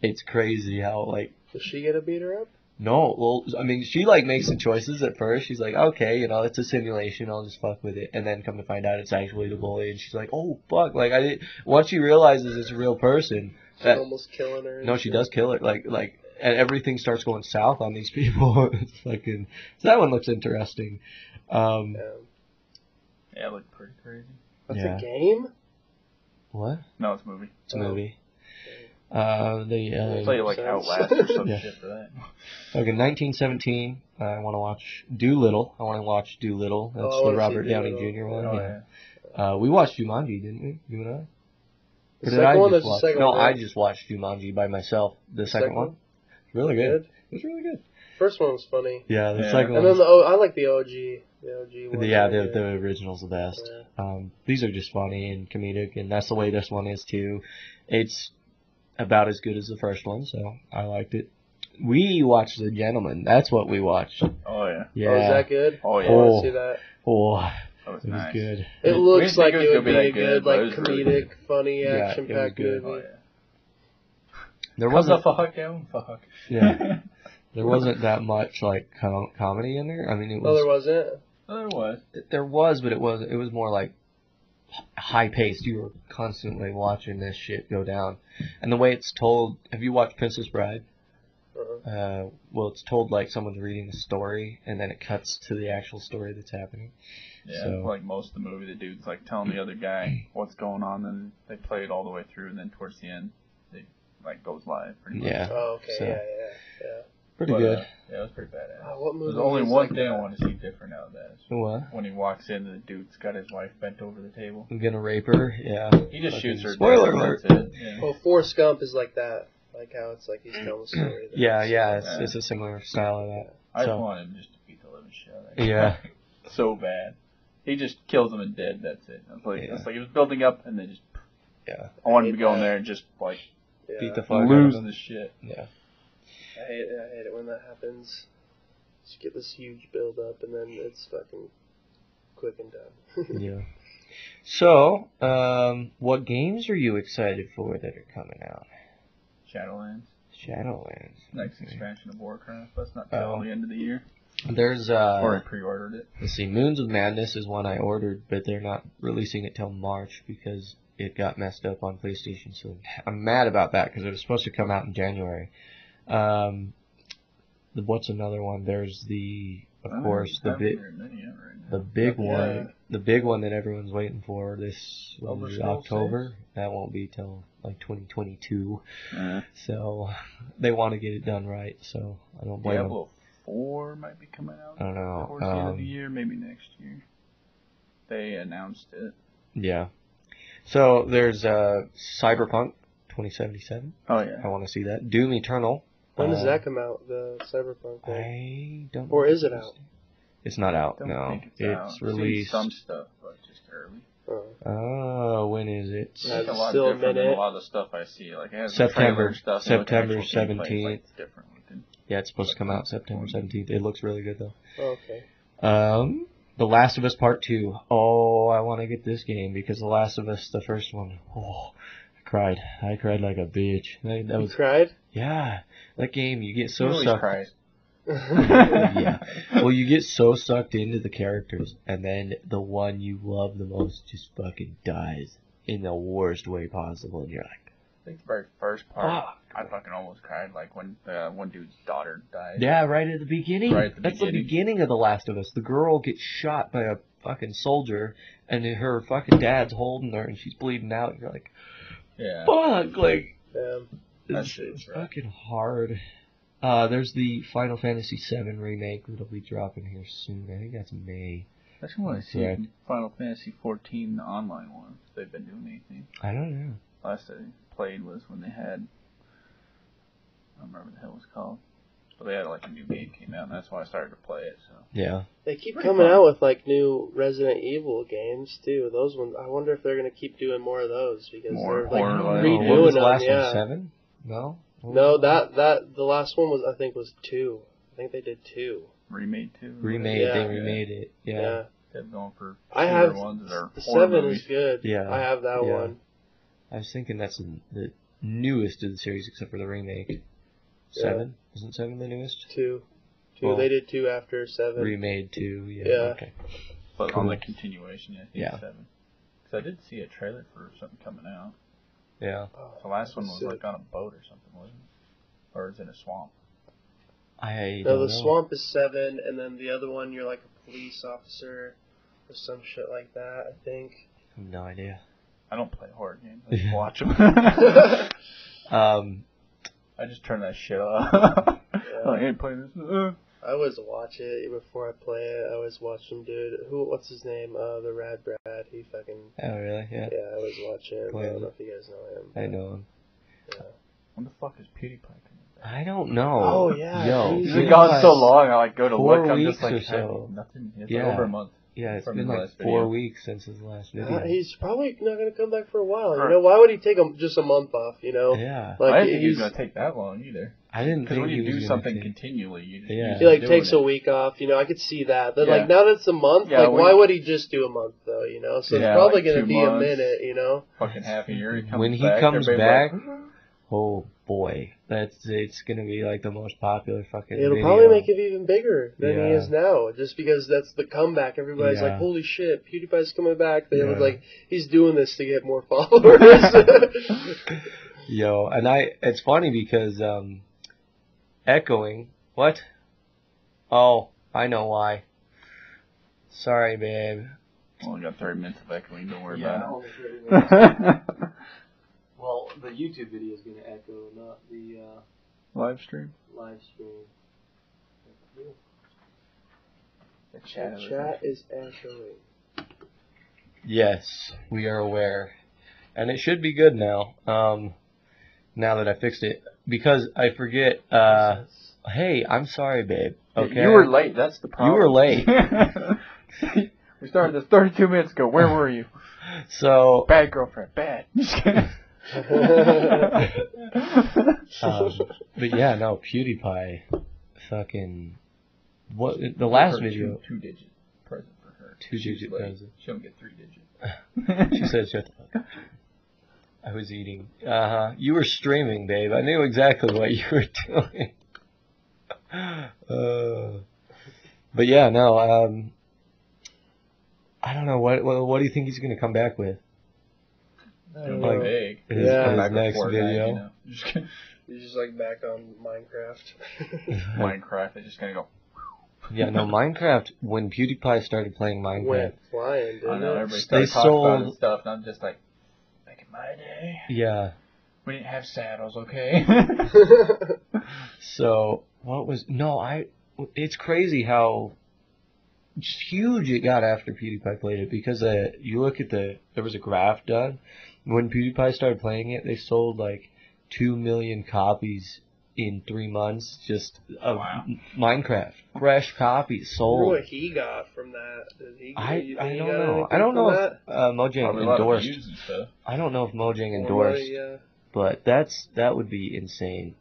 Speaker 1: it's crazy how like
Speaker 3: Does she get to beat her up?
Speaker 1: no, well, I mean, she like makes some choices at first. She's like, okay, you know, it's a simulation. I'll just fuck with it, and then come to find out it's actually the bully, and she's like, oh fuck, like I did. Once she realizes it's a real person,
Speaker 3: She's
Speaker 1: That-
Speaker 3: almost killing her. and
Speaker 1: no, she
Speaker 3: shit.
Speaker 1: does kill it. Like like, and everything starts going south on these people. it's fucking. So that one looks interesting. Um,
Speaker 3: Yeah.
Speaker 2: Yeah, it looked pretty crazy.
Speaker 3: That's
Speaker 1: Yeah.
Speaker 3: a game.
Speaker 1: what?
Speaker 2: No, it's a movie.
Speaker 1: It's a movie. Uh, the
Speaker 2: They
Speaker 1: um,
Speaker 2: play like
Speaker 3: Sounds-
Speaker 2: Outlast or some
Speaker 1: Yeah.
Speaker 2: shit for that.
Speaker 1: Okay, 1917. Uh, I want to watch Doolittle. I want to watch Doolittle. That's
Speaker 3: Oh, I
Speaker 1: the
Speaker 3: wanna see
Speaker 1: Robert Downey
Speaker 3: Doolittle.
Speaker 1: Jr. one.
Speaker 2: Oh,
Speaker 1: yeah.
Speaker 2: yeah.
Speaker 1: Uh, we watched Jumanji, didn't we? You and I.
Speaker 3: The
Speaker 1: Or did
Speaker 3: second
Speaker 1: I
Speaker 3: one.
Speaker 1: just
Speaker 3: That's the
Speaker 1: watch-
Speaker 3: second
Speaker 1: no,
Speaker 3: one.
Speaker 1: I
Speaker 3: right?
Speaker 1: just watched Jumanji by myself. The,
Speaker 3: The
Speaker 1: second, one, It's really good.
Speaker 3: Good.
Speaker 1: It was really good.
Speaker 3: First one was funny.
Speaker 1: Yeah, the
Speaker 2: Yeah.
Speaker 1: second one.
Speaker 3: And then the oh, I like the OG. The OG one.
Speaker 1: the, yeah,
Speaker 3: right
Speaker 1: the, the
Speaker 3: there.
Speaker 1: original's the best.
Speaker 3: Yeah.
Speaker 1: Um, these are just funny and comedic, and that's the way this one is too. It's about as good as the first one, so I liked it. We watched The Gentleman. That's what we watched.
Speaker 2: Oh yeah.
Speaker 1: Yeah.
Speaker 3: Oh, is that good?
Speaker 2: Oh
Speaker 3: I
Speaker 2: yeah.
Speaker 1: Oh,
Speaker 3: want to see that.
Speaker 1: Oh,
Speaker 2: that was
Speaker 1: it was
Speaker 2: nice.
Speaker 1: good.
Speaker 2: We
Speaker 3: It
Speaker 2: didn't
Speaker 3: looks
Speaker 2: think
Speaker 3: like
Speaker 2: it
Speaker 3: it
Speaker 2: was
Speaker 3: would
Speaker 2: gonna
Speaker 3: be
Speaker 2: be that
Speaker 3: a
Speaker 2: good,
Speaker 3: good,
Speaker 2: but it
Speaker 3: like
Speaker 2: was really good.
Speaker 3: comedic, funny,
Speaker 1: Yeah, it was
Speaker 3: action-packed
Speaker 1: good.
Speaker 2: Oh
Speaker 3: movie.
Speaker 2: yeah.
Speaker 1: There
Speaker 2: Come the
Speaker 1: wasn't,
Speaker 2: fuck down, fuck.
Speaker 1: yeah, there wasn't that much like com- comedy in there. I mean, it was
Speaker 3: No, Oh, there wasn't.
Speaker 2: there was.
Speaker 1: there was, but it was it was more like high paced. You were constantly watching this shit go down, and the way it's told. Have you watched Princess Bride?
Speaker 3: Uh-huh.
Speaker 1: Uh, well, it's told like someone's reading a story, and then it cuts to the actual story that's happening.
Speaker 2: Yeah,
Speaker 1: So-
Speaker 2: like most of the movie, the dude's like telling the other guy what's going on, and they play it all the way through, and then towards the end, they like goes live. Pretty much.
Speaker 1: Yeah,
Speaker 3: Oh, okay.
Speaker 1: So-
Speaker 3: Yeah, yeah, yeah.
Speaker 1: pretty
Speaker 2: But,
Speaker 1: good.
Speaker 2: uh, yeah, it was pretty badass.
Speaker 3: Oh, what movie?
Speaker 2: There's only
Speaker 3: was
Speaker 2: one
Speaker 3: like
Speaker 2: thing I
Speaker 3: that?
Speaker 2: want to see different out of that. is
Speaker 1: what?
Speaker 2: When he walks in, the dude's got his wife bent over the table.
Speaker 1: I'm gonna rape her. Yeah.
Speaker 2: He just
Speaker 1: Fucking
Speaker 2: shoots her.
Speaker 1: spoiler
Speaker 2: dead,
Speaker 1: alert.
Speaker 2: and That's it. Yeah.
Speaker 3: Well, Oh, Forrest Gump is like that. Like how it's like he's telling a story. that-
Speaker 1: Yeah, yeah. It's,
Speaker 2: Yeah.
Speaker 1: it's a similar style of that.
Speaker 2: I
Speaker 1: So-
Speaker 2: just want him just to beat the living shit out of him.
Speaker 1: Yeah.
Speaker 2: so bad. He just kills him and dead. That's it. That's like
Speaker 1: Yeah.
Speaker 2: that's like it was building up, and then just
Speaker 1: Yeah.
Speaker 2: I want him
Speaker 3: hate
Speaker 2: to go in
Speaker 3: that.
Speaker 2: there and just like
Speaker 3: Yeah.
Speaker 1: Beat the fuck out of
Speaker 2: lose
Speaker 1: him.
Speaker 2: the shit.
Speaker 1: Yeah.
Speaker 3: I hate it. I hate it when that happens. Just get this huge build up and then it's fucking quick and done.
Speaker 1: Yeah. So, um, what games are you excited for that are coming out?
Speaker 2: Shadowlands.
Speaker 1: Shadowlands.
Speaker 2: Next
Speaker 1: Okay.
Speaker 2: expansion of Warcraft. That's not till
Speaker 1: Oh.
Speaker 2: the end of the year.
Speaker 1: There's uh
Speaker 2: or I pre-ordered it.
Speaker 1: let's see, Moons of Madness is one I ordered, but they're not releasing it till March because it got messed up on PlayStation. So I'm mad about that because it was supposed to come out in January. Um, the, what's another one? There's the of
Speaker 2: I don't
Speaker 1: course the
Speaker 2: have
Speaker 1: big
Speaker 2: very many out right
Speaker 1: the
Speaker 2: now. uh,
Speaker 1: big
Speaker 3: Yeah.
Speaker 1: one the big one that everyone's waiting for this is
Speaker 2: Elder Scrolls
Speaker 1: October. That won't be till like 2022.
Speaker 2: Uh,
Speaker 1: So they want to get it done right. So I don't blame them.
Speaker 2: Diablo Four might be coming out
Speaker 1: I don't know.
Speaker 2: towards the end of the
Speaker 1: um,
Speaker 2: year, maybe next year. They announced it.
Speaker 1: Yeah. So there's uh, Cyberpunk 2077.
Speaker 2: Oh
Speaker 1: I
Speaker 2: yeah.
Speaker 1: want to see that. Doom Eternal.
Speaker 3: when does
Speaker 1: Uh,
Speaker 3: that come out? The Cyberpunk thing.
Speaker 1: I don't.
Speaker 3: Or
Speaker 1: know.
Speaker 3: is it out?
Speaker 1: It's not out.
Speaker 2: Don't
Speaker 1: no,
Speaker 2: think it's,
Speaker 1: it's,
Speaker 2: out. I've seen
Speaker 1: released.
Speaker 2: some stuff, but just early.
Speaker 3: Oh.
Speaker 1: Oh, when is it?
Speaker 2: It's like a
Speaker 3: That's
Speaker 2: lot
Speaker 3: still a
Speaker 2: different than a
Speaker 3: minute.
Speaker 2: lot of the stuff I see. Like it has
Speaker 1: September-
Speaker 2: the trailer and stuff. and, like, the
Speaker 1: September
Speaker 2: actual gameplay is, like,
Speaker 1: 17th.
Speaker 2: different looking.
Speaker 1: Yeah, it's supposed to come out September 17th. It looks really good though.
Speaker 3: Okay.
Speaker 1: Um, The Last of Us Part Two. Oh, I want to get this game because The Last of Us, the first one. Oh, I cried. I cried like a bitch. That, that
Speaker 3: You
Speaker 1: was
Speaker 3: cried?
Speaker 1: yeah. That game, you get
Speaker 2: He
Speaker 1: so
Speaker 2: always
Speaker 1: sucked.
Speaker 2: cries.
Speaker 1: yeah. Well, you get so sucked into the characters, and then the one you love the most just fucking dies in the worst way possible, and you're like, "Ah,
Speaker 2: I think the very first part,
Speaker 1: fuck.
Speaker 2: I fucking almost cried. Like when uh, one dude's daughter died.
Speaker 1: Yeah, right at the beginning.
Speaker 2: Right at the
Speaker 1: That's the
Speaker 2: beginning.
Speaker 1: beginning of The Last of Us. The girl gets shot by a fucking soldier, and then her fucking dad's holding her, and she's bleeding out. You're like,
Speaker 2: Yeah.
Speaker 1: fuck, like,
Speaker 3: Um,
Speaker 2: That
Speaker 1: it's,
Speaker 2: shit's
Speaker 1: it's
Speaker 2: rough.
Speaker 1: fucking hard. Uh, there's the Final Fantasy VII remake that'll be dropping here soon. I think that's May.
Speaker 2: That's what I
Speaker 1: That's
Speaker 2: see.
Speaker 1: right.
Speaker 2: in Final Fantasy 14, the online one. If they've been doing anything.
Speaker 1: I don't know.
Speaker 2: Last I played was when they had. I don't remember what the hell it was called. But they had like a new game came out, and that's why I started to play it. So
Speaker 1: Yeah.
Speaker 3: They keep
Speaker 2: Pretty
Speaker 3: coming
Speaker 2: fun.
Speaker 3: out with like new Resident Evil games too. Those ones, I wonder if they're gonna keep doing more of those because
Speaker 2: More
Speaker 3: they're like
Speaker 2: horror-like.
Speaker 1: Oh, what
Speaker 3: redoing
Speaker 1: was the
Speaker 3: them.
Speaker 1: last
Speaker 3: yeah.
Speaker 1: one? Seven? No.
Speaker 3: No, that that the last one was I think was two. I think they did two.
Speaker 2: remade two.
Speaker 1: remade.
Speaker 3: Yeah.
Speaker 1: they remade it.
Speaker 3: Yeah,
Speaker 1: Yeah.
Speaker 2: They've gone for
Speaker 3: I
Speaker 2: shooter
Speaker 3: have
Speaker 2: ones that are
Speaker 3: the
Speaker 2: horror
Speaker 3: seven
Speaker 2: movies.
Speaker 3: is good.
Speaker 1: Yeah.
Speaker 3: I have that
Speaker 1: Yeah.
Speaker 3: one.
Speaker 1: I was thinking that's the- the newest of the series, except for the remake.
Speaker 3: Yeah.
Speaker 1: Seven isn't seven the newest?
Speaker 3: Two, two.
Speaker 1: Well,
Speaker 3: they did two after seven.
Speaker 1: Remade two. Yeah.
Speaker 3: Yeah.
Speaker 1: Okay.
Speaker 2: But on the
Speaker 1: Cool.
Speaker 2: continuation, I think
Speaker 1: Yeah.
Speaker 2: seven. Because I did see a trailer for something coming out.
Speaker 1: Yeah.
Speaker 3: Oh,
Speaker 2: The last one was
Speaker 3: sick.
Speaker 2: like on a boat or something, wasn't it? Or is it a swamp?
Speaker 1: I
Speaker 3: No,
Speaker 1: don't
Speaker 3: the
Speaker 1: know.
Speaker 3: swamp is seven, and then the other one you're like a police officer or some shit like that. I think.
Speaker 1: I have no idea.
Speaker 2: I don't play horror games. I just
Speaker 1: Yeah.
Speaker 2: watch them.
Speaker 1: Um,
Speaker 2: I just turn that shit off. I
Speaker 3: Yeah.
Speaker 2: ain't playing this. Uh,
Speaker 3: I always watch it before I play it. I always watch some dude. Who? What's his name? Uh, the Rad Brad. He fucking.
Speaker 1: oh really? Yeah.
Speaker 3: Yeah, I always watch him. I
Speaker 1: Plays
Speaker 3: don't know
Speaker 1: it.
Speaker 3: if you guys know him.
Speaker 1: I know him.
Speaker 2: when the fuck is PewDiePie coming back?
Speaker 1: I don't know.
Speaker 3: Oh, yeah,
Speaker 1: Yo,
Speaker 3: he's
Speaker 2: He's
Speaker 3: Yeah.
Speaker 2: been gone so long. I like go to
Speaker 1: Four
Speaker 2: look. I'm
Speaker 1: weeks
Speaker 2: just like
Speaker 1: or so.
Speaker 2: I- nothing. It's
Speaker 1: Yeah.
Speaker 2: over a month.
Speaker 1: Yeah, it's
Speaker 2: From
Speaker 1: been
Speaker 2: his
Speaker 1: like
Speaker 2: last
Speaker 1: four
Speaker 2: video.
Speaker 1: weeks since his last video.
Speaker 3: Uh, he's probably not gonna come back for a while. You
Speaker 2: Or-
Speaker 3: know, why would he take him just a month off? You know,
Speaker 1: yeah,
Speaker 2: I
Speaker 3: like
Speaker 2: didn't think it was
Speaker 3: he's,
Speaker 2: gonna take that long either.
Speaker 1: I didn't
Speaker 2: Because
Speaker 1: think
Speaker 2: when
Speaker 1: he
Speaker 2: you
Speaker 1: was
Speaker 2: do
Speaker 1: gonna
Speaker 2: something
Speaker 1: take-
Speaker 2: continually, you just
Speaker 1: Yeah.
Speaker 2: you
Speaker 3: he like
Speaker 2: just
Speaker 3: takes
Speaker 2: do
Speaker 3: a
Speaker 2: it.
Speaker 3: week off. You know, I could see that. But
Speaker 2: Yeah.
Speaker 3: like now that it's a month,
Speaker 2: Yeah,
Speaker 3: like
Speaker 2: when-
Speaker 3: why would he just do a month though? You know, so
Speaker 2: Yeah,
Speaker 3: it's probably
Speaker 2: like
Speaker 3: gonna
Speaker 2: two
Speaker 3: be
Speaker 2: months.
Speaker 3: a minute. You know,
Speaker 2: Fucking happy year. He comes
Speaker 1: When he
Speaker 2: back,
Speaker 1: comes
Speaker 2: everybody's like,
Speaker 1: oh boy, that's it's gonna be like the most popular fucking.
Speaker 3: it'll
Speaker 1: video.
Speaker 3: probably make it even bigger than he
Speaker 1: Yeah.
Speaker 3: is now, just because that's the comeback. Everybody's
Speaker 1: Yeah.
Speaker 3: like, holy shit, PewDiePie's coming back. They
Speaker 1: Yeah.
Speaker 3: was like, he's doing this to get more followers.
Speaker 1: Yo, and I it's funny because um, echoing what? Oh, I know why. Sorry, babe.
Speaker 2: Only got 30 minutes of echoing. Don't worry
Speaker 4: Yeah,
Speaker 2: about
Speaker 4: only thirty minutes.
Speaker 2: it.
Speaker 4: well, the YouTube video is going to echo, not the uh,
Speaker 2: Live stream.
Speaker 4: live stream.
Speaker 2: The chat.
Speaker 3: the chat is echoing.
Speaker 1: Yes, we are aware, and it should be good now. Um, now that I fixed it, because I forget. Uh, hey, I'm sorry, babe. Okay,
Speaker 2: You were late. That's the problem.
Speaker 1: were late.
Speaker 2: we started this 32 minutes ago. Where were you?
Speaker 1: so
Speaker 2: Bad girlfriend. Bad. Just kidding.
Speaker 1: um, but yeah, no, PewDiePie, fucking, what the last
Speaker 2: Her
Speaker 1: video?
Speaker 2: Two, two digit present for her.
Speaker 1: Two
Speaker 2: She's
Speaker 1: digit
Speaker 2: late.
Speaker 1: present.
Speaker 2: She don't get three digit.
Speaker 1: She said, "Shut the fuck up." I was eating. Uh huh. You were streaming, babe. I knew exactly what you were doing. Uh, but yeah, no. Um, I don't know what, what. What do you think he's gonna come back with?
Speaker 3: I
Speaker 2: It'll
Speaker 3: don't
Speaker 2: be
Speaker 1: Like,
Speaker 3: know.
Speaker 2: big.
Speaker 1: his-
Speaker 3: Yeah.
Speaker 1: his
Speaker 2: Back and
Speaker 1: next
Speaker 2: forth,
Speaker 1: video.
Speaker 2: you know. Just kidding.
Speaker 3: He's just like back on Minecraft.
Speaker 2: Minecraft. They're just gonna go.
Speaker 1: yeah, no. Minecraft. When PewDiePie started playing Minecraft,
Speaker 3: Went flying,
Speaker 2: I
Speaker 3: didn't
Speaker 2: know
Speaker 3: it?
Speaker 2: everybody
Speaker 1: They
Speaker 2: started talking about it and
Speaker 1: sold-
Speaker 2: stuff, and I'm just like, back in my day,
Speaker 1: yeah.
Speaker 2: we didn't have saddles, okay?
Speaker 1: So what was no? I. It's crazy how just huge it got after PewDiePie played it because uh, you look at the there was a graph done when PewDiePie started playing it. They sold like two million copies in three months just of
Speaker 2: Wow.
Speaker 1: Minecraft fresh copies
Speaker 3: wonder
Speaker 1: sold.
Speaker 3: what he got from that. Did he, do
Speaker 1: I,
Speaker 3: you think
Speaker 1: I
Speaker 3: he
Speaker 1: don't
Speaker 3: got
Speaker 1: know. I
Speaker 3: anything
Speaker 1: don't
Speaker 3: from
Speaker 1: know if
Speaker 3: that?
Speaker 1: uh, Mojang
Speaker 2: Probably a lot of
Speaker 1: endorsed.
Speaker 2: views and stuff.
Speaker 1: I don't know if Mojang
Speaker 3: Or uh,
Speaker 1: endorsed
Speaker 3: what, yeah.
Speaker 1: but that's that would be insane.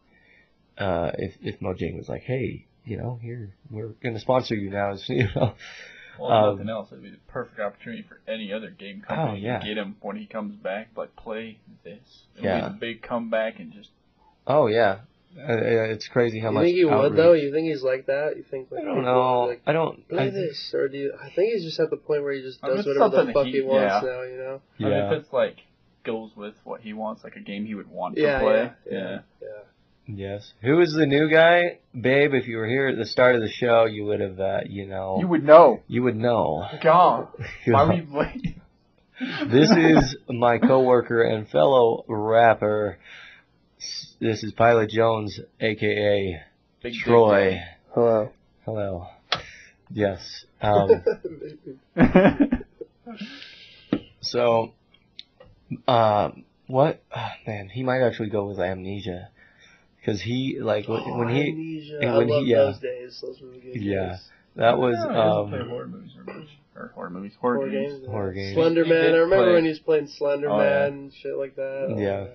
Speaker 1: Uh, if if Mojang was like, hey, you know, here we're gonna sponsor you now, so, you know,
Speaker 2: Well,
Speaker 1: Um,
Speaker 2: if nothing else. It'd be the perfect opportunity for any other game
Speaker 1: Oh,
Speaker 2: company
Speaker 1: yeah.
Speaker 2: to get him when he comes back. Like, play this. It'll
Speaker 1: Yeah.
Speaker 2: be the big comeback and just.
Speaker 1: oh yeah, uh, uh, it's crazy how
Speaker 3: you
Speaker 1: much.
Speaker 3: think he
Speaker 1: outreach.
Speaker 3: would though? You think he's like that? You think? Like,
Speaker 1: I don't
Speaker 3: people
Speaker 1: know.
Speaker 3: are Like,
Speaker 1: I don't.
Speaker 3: play
Speaker 1: I,
Speaker 3: this, or do you? I think he's just at the point where he just
Speaker 2: I mean,
Speaker 3: does
Speaker 2: it's
Speaker 3: whatever the
Speaker 2: something
Speaker 3: fuck
Speaker 2: he-
Speaker 3: he, wants
Speaker 2: yeah.
Speaker 3: now. You know?
Speaker 2: I mean,
Speaker 1: yeah,
Speaker 2: if it's like goes with what he wants, like a game he would want to
Speaker 3: Yeah,
Speaker 2: play.
Speaker 3: yeah, yeah.
Speaker 1: yes. Who is the new guy, babe? If you were here at the start of the show, you would have, uh, you know,
Speaker 2: You would know.
Speaker 1: you would know.
Speaker 2: God, why were you late?
Speaker 1: this is my coworker and fellow rapper. S- This is Pilot Jones, aka
Speaker 2: Big Dick
Speaker 1: Troy.
Speaker 3: Hello.
Speaker 1: Hello. Yes. Um,
Speaker 2: Dick.
Speaker 1: so, uh, um, what? ah, man, he might actually go with amnesia. because he like when, when
Speaker 3: Oh,
Speaker 1: he
Speaker 3: Amnesia.
Speaker 1: and
Speaker 3: I
Speaker 1: when he-
Speaker 3: love
Speaker 1: yeah.
Speaker 3: those days. Those were good
Speaker 1: Yeah.
Speaker 3: days.
Speaker 1: that was
Speaker 2: Yeah, he doesn't play
Speaker 1: um
Speaker 2: horror movies very much. Or horror movies, horror,
Speaker 3: Horror
Speaker 2: games.
Speaker 3: games.
Speaker 1: Horror games.
Speaker 3: Slender
Speaker 2: He
Speaker 3: Man.
Speaker 2: did
Speaker 3: I remember
Speaker 2: play-
Speaker 3: when he was playing Slender
Speaker 2: Oh, yeah.
Speaker 3: Man and shit like that. Oh,
Speaker 1: Yeah.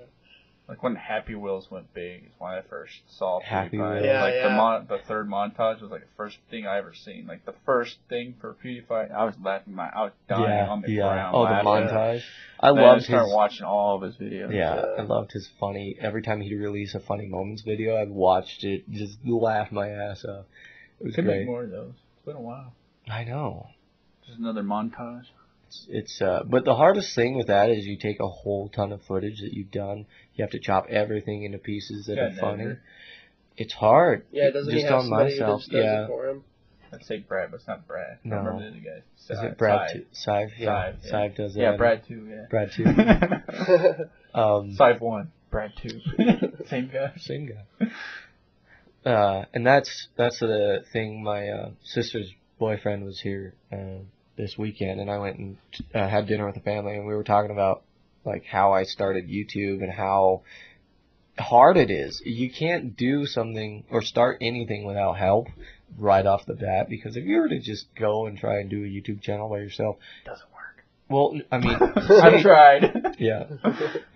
Speaker 2: Like when Happy Wheels went big is when I first saw
Speaker 1: Happy
Speaker 2: PewDiePie.
Speaker 1: Wheels.
Speaker 3: Yeah,
Speaker 2: like the
Speaker 3: yeah.
Speaker 2: mon- the third montage was like the first thing I ever seen. Like the first thing for PewDiePie, I was laughing my I was dying
Speaker 1: yeah
Speaker 2: on the
Speaker 1: yeah
Speaker 2: ground.
Speaker 1: oh the
Speaker 2: laughing.
Speaker 1: montage I
Speaker 2: Then
Speaker 1: loved
Speaker 2: started
Speaker 1: his
Speaker 2: watching uh, all of his videos.
Speaker 1: yeah I
Speaker 3: Yeah.
Speaker 1: loved his funny every time he'd release a funny moments video I watched it just laugh my ass off it was
Speaker 2: Could make
Speaker 1: great
Speaker 2: more of those. It's been a while.
Speaker 1: I know
Speaker 2: Just another montage.
Speaker 1: it's, it's uh but the hardest thing with that is you take a whole ton of footage that you've done you have to chop everything into pieces that
Speaker 2: Yeah,
Speaker 1: are funny
Speaker 2: never.
Speaker 1: it's hard
Speaker 3: Yeah, doesn't
Speaker 1: Just
Speaker 3: he have
Speaker 1: on
Speaker 3: somebody
Speaker 1: myself,
Speaker 3: that just does
Speaker 1: yeah.
Speaker 3: it for him?
Speaker 2: I'd say Brad, but it's not Brad. I
Speaker 1: No.
Speaker 2: don't remember the other guy.
Speaker 1: Is
Speaker 2: Si-
Speaker 1: it Brad?
Speaker 2: Si.
Speaker 1: too? Sive, yeah.
Speaker 2: Sive, yeah.
Speaker 1: Sive does that.
Speaker 2: Yeah, Brad too, yeah.
Speaker 1: Brad too.
Speaker 2: Brad
Speaker 1: Um,
Speaker 2: one. Brad two. Same guy.
Speaker 1: same guy. Uh, and that's that's the thing. My uh, sister's boyfriend was here uh, this weekend, and I went and uh, had dinner with the family, and we were talking about like how I started YouTube and how hard it is. You can't do something or start anything without help right off the bat because if you were to just go and try and do a YouTube channel by yourself,
Speaker 2: Doesn't work.
Speaker 1: well, I mean,
Speaker 2: I tried.
Speaker 1: yeah.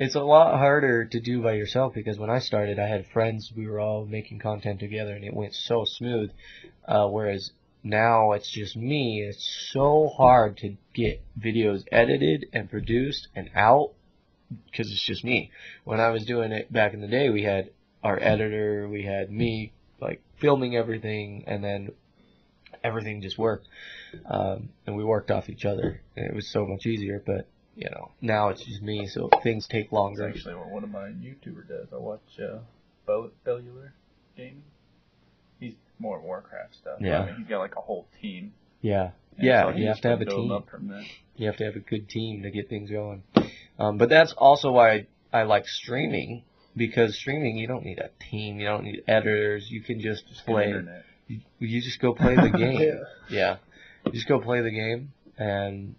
Speaker 1: It's a lot harder to do by yourself because when I started, I had friends. We were all making content together, and it went so smooth. Uh, whereas now it's just me. It's so hard to get videos edited and produced and out because it's just me. When I was doing it back in the day, we had our editor, we had me, like filming everything, and then everything just worked. Um, and we worked off each other, and it was so much easier. But you know, now it's just me, so things take
Speaker 2: That's
Speaker 1: longer.
Speaker 2: actually what one of my YouTuber does. I watch uh, Bell- Bellular Gaming. He's more Warcraft stuff.
Speaker 1: Yeah.
Speaker 2: I mean, he's got like a whole team.
Speaker 1: Yeah,
Speaker 2: And
Speaker 1: Yeah,
Speaker 2: he
Speaker 1: you have
Speaker 2: just
Speaker 1: to have
Speaker 2: been
Speaker 1: a
Speaker 2: building
Speaker 1: team.
Speaker 2: Up from that.
Speaker 1: you have to have a good team to get things going. Um, but that's also why I, I like streaming because streaming you don't need a team, you don't need editors. You can just
Speaker 2: Just the
Speaker 1: play.
Speaker 2: internet.
Speaker 1: You, you just go play the game.
Speaker 3: Yeah.
Speaker 1: Yeah. You just go play the game and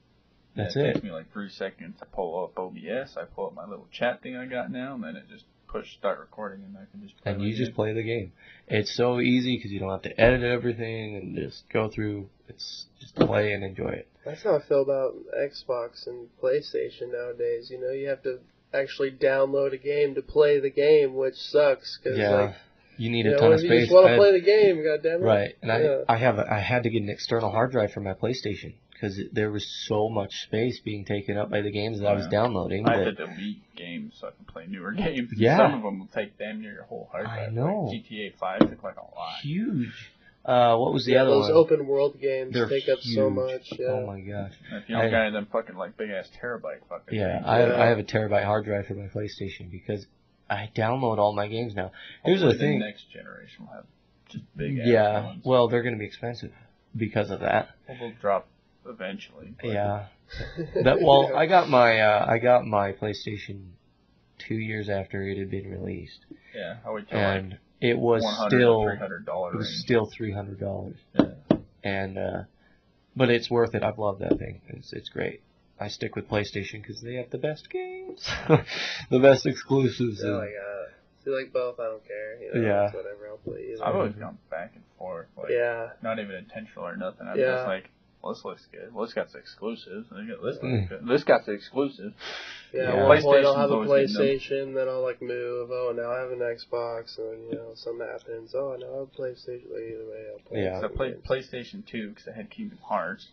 Speaker 2: Yeah,
Speaker 1: that's
Speaker 2: it.
Speaker 1: it.
Speaker 2: takes me like three seconds to pull up OBS. I pull up my little chat thing I got now, and then it just push start recording, and I can just. Play
Speaker 1: And
Speaker 2: my
Speaker 1: you just
Speaker 2: game.
Speaker 1: play the game. It's so easy because you don't have to edit everything and just go through. It's just play and enjoy it.
Speaker 3: That's how I feel about Xbox and PlayStation nowadays. You know, you have to actually download a game to play the game, which sucks because
Speaker 1: Yeah.
Speaker 3: like
Speaker 1: you need
Speaker 3: you
Speaker 1: a
Speaker 3: know,
Speaker 1: ton
Speaker 3: what
Speaker 1: of
Speaker 3: if you
Speaker 1: space.
Speaker 3: just want
Speaker 1: I-
Speaker 3: to play the game, goddamn it.
Speaker 1: Right, and I
Speaker 3: Yeah.
Speaker 1: I have a, I had to get an external hard drive for my PlayStation because there was so much space being taken up by the games that I was
Speaker 2: Yeah.
Speaker 1: downloading.
Speaker 2: I
Speaker 1: that-
Speaker 2: had to delete games so I can play newer games. and
Speaker 1: Yeah.
Speaker 2: Some of them will take damn near your whole hard
Speaker 1: I
Speaker 2: drive.
Speaker 1: know.
Speaker 2: Like GTA 5 took like a lot.
Speaker 1: huge. Uh, what was the
Speaker 3: Yeah,
Speaker 1: other
Speaker 3: those
Speaker 1: one?
Speaker 3: open world games
Speaker 1: They're
Speaker 3: take up so
Speaker 1: huge.
Speaker 3: much. Yeah.
Speaker 1: Oh my gosh.
Speaker 2: And if you don't
Speaker 1: I-
Speaker 2: got any of them fucking like big ass terabyte fucking
Speaker 1: Yeah,
Speaker 2: things,
Speaker 1: I
Speaker 3: Yeah.
Speaker 1: I have a terabyte hard drive for my PlayStation because I download all my games now. Here's the
Speaker 2: hopefully
Speaker 1: thing.
Speaker 2: Next generation will have just big ass
Speaker 1: Yeah,
Speaker 2: ones.
Speaker 1: well they're gonna be expensive because of that.
Speaker 2: Well, they'll drop eventually. but-
Speaker 1: Yeah. That well, I got my uh, I got my PlayStation two years after it had been released,
Speaker 2: Yeah. I would tell like
Speaker 1: and it was
Speaker 2: 100
Speaker 1: still.
Speaker 2: to $300
Speaker 1: It was
Speaker 2: range.
Speaker 1: still three hundred dollars.
Speaker 2: Yeah.
Speaker 1: And uh, but it's worth it. I've loved that thing. It's it's great. I stick with PlayStation because they have the best games, the best exclusives.
Speaker 3: Yeah,
Speaker 1: and-
Speaker 3: like, uh, if you like both, I don't care. You know,
Speaker 1: Yeah.
Speaker 3: it's whatever, I'll play either.
Speaker 2: I've always gone back and forth. Like,
Speaker 3: Uh, yeah.
Speaker 2: Not even intentional or nothing. I'm
Speaker 3: Yeah.
Speaker 2: just like, well, this looks good. Well, this got the exclusives. and This got, this
Speaker 1: Mm.
Speaker 2: looks good. This got the exclusive.
Speaker 3: Yeah,
Speaker 1: Yeah.
Speaker 3: at one point I'll
Speaker 2: PlayStation's
Speaker 3: have a
Speaker 2: always been
Speaker 3: PlayStation, then I'll like move. Oh, now I have an Xbox, and you know something happens. Oh, now I have a PlayStation. Like, either way, I'll play.
Speaker 1: Yeah.
Speaker 2: So I
Speaker 3: some
Speaker 2: played
Speaker 3: games.
Speaker 2: PlayStation 2 because I had Kingdom Hearts,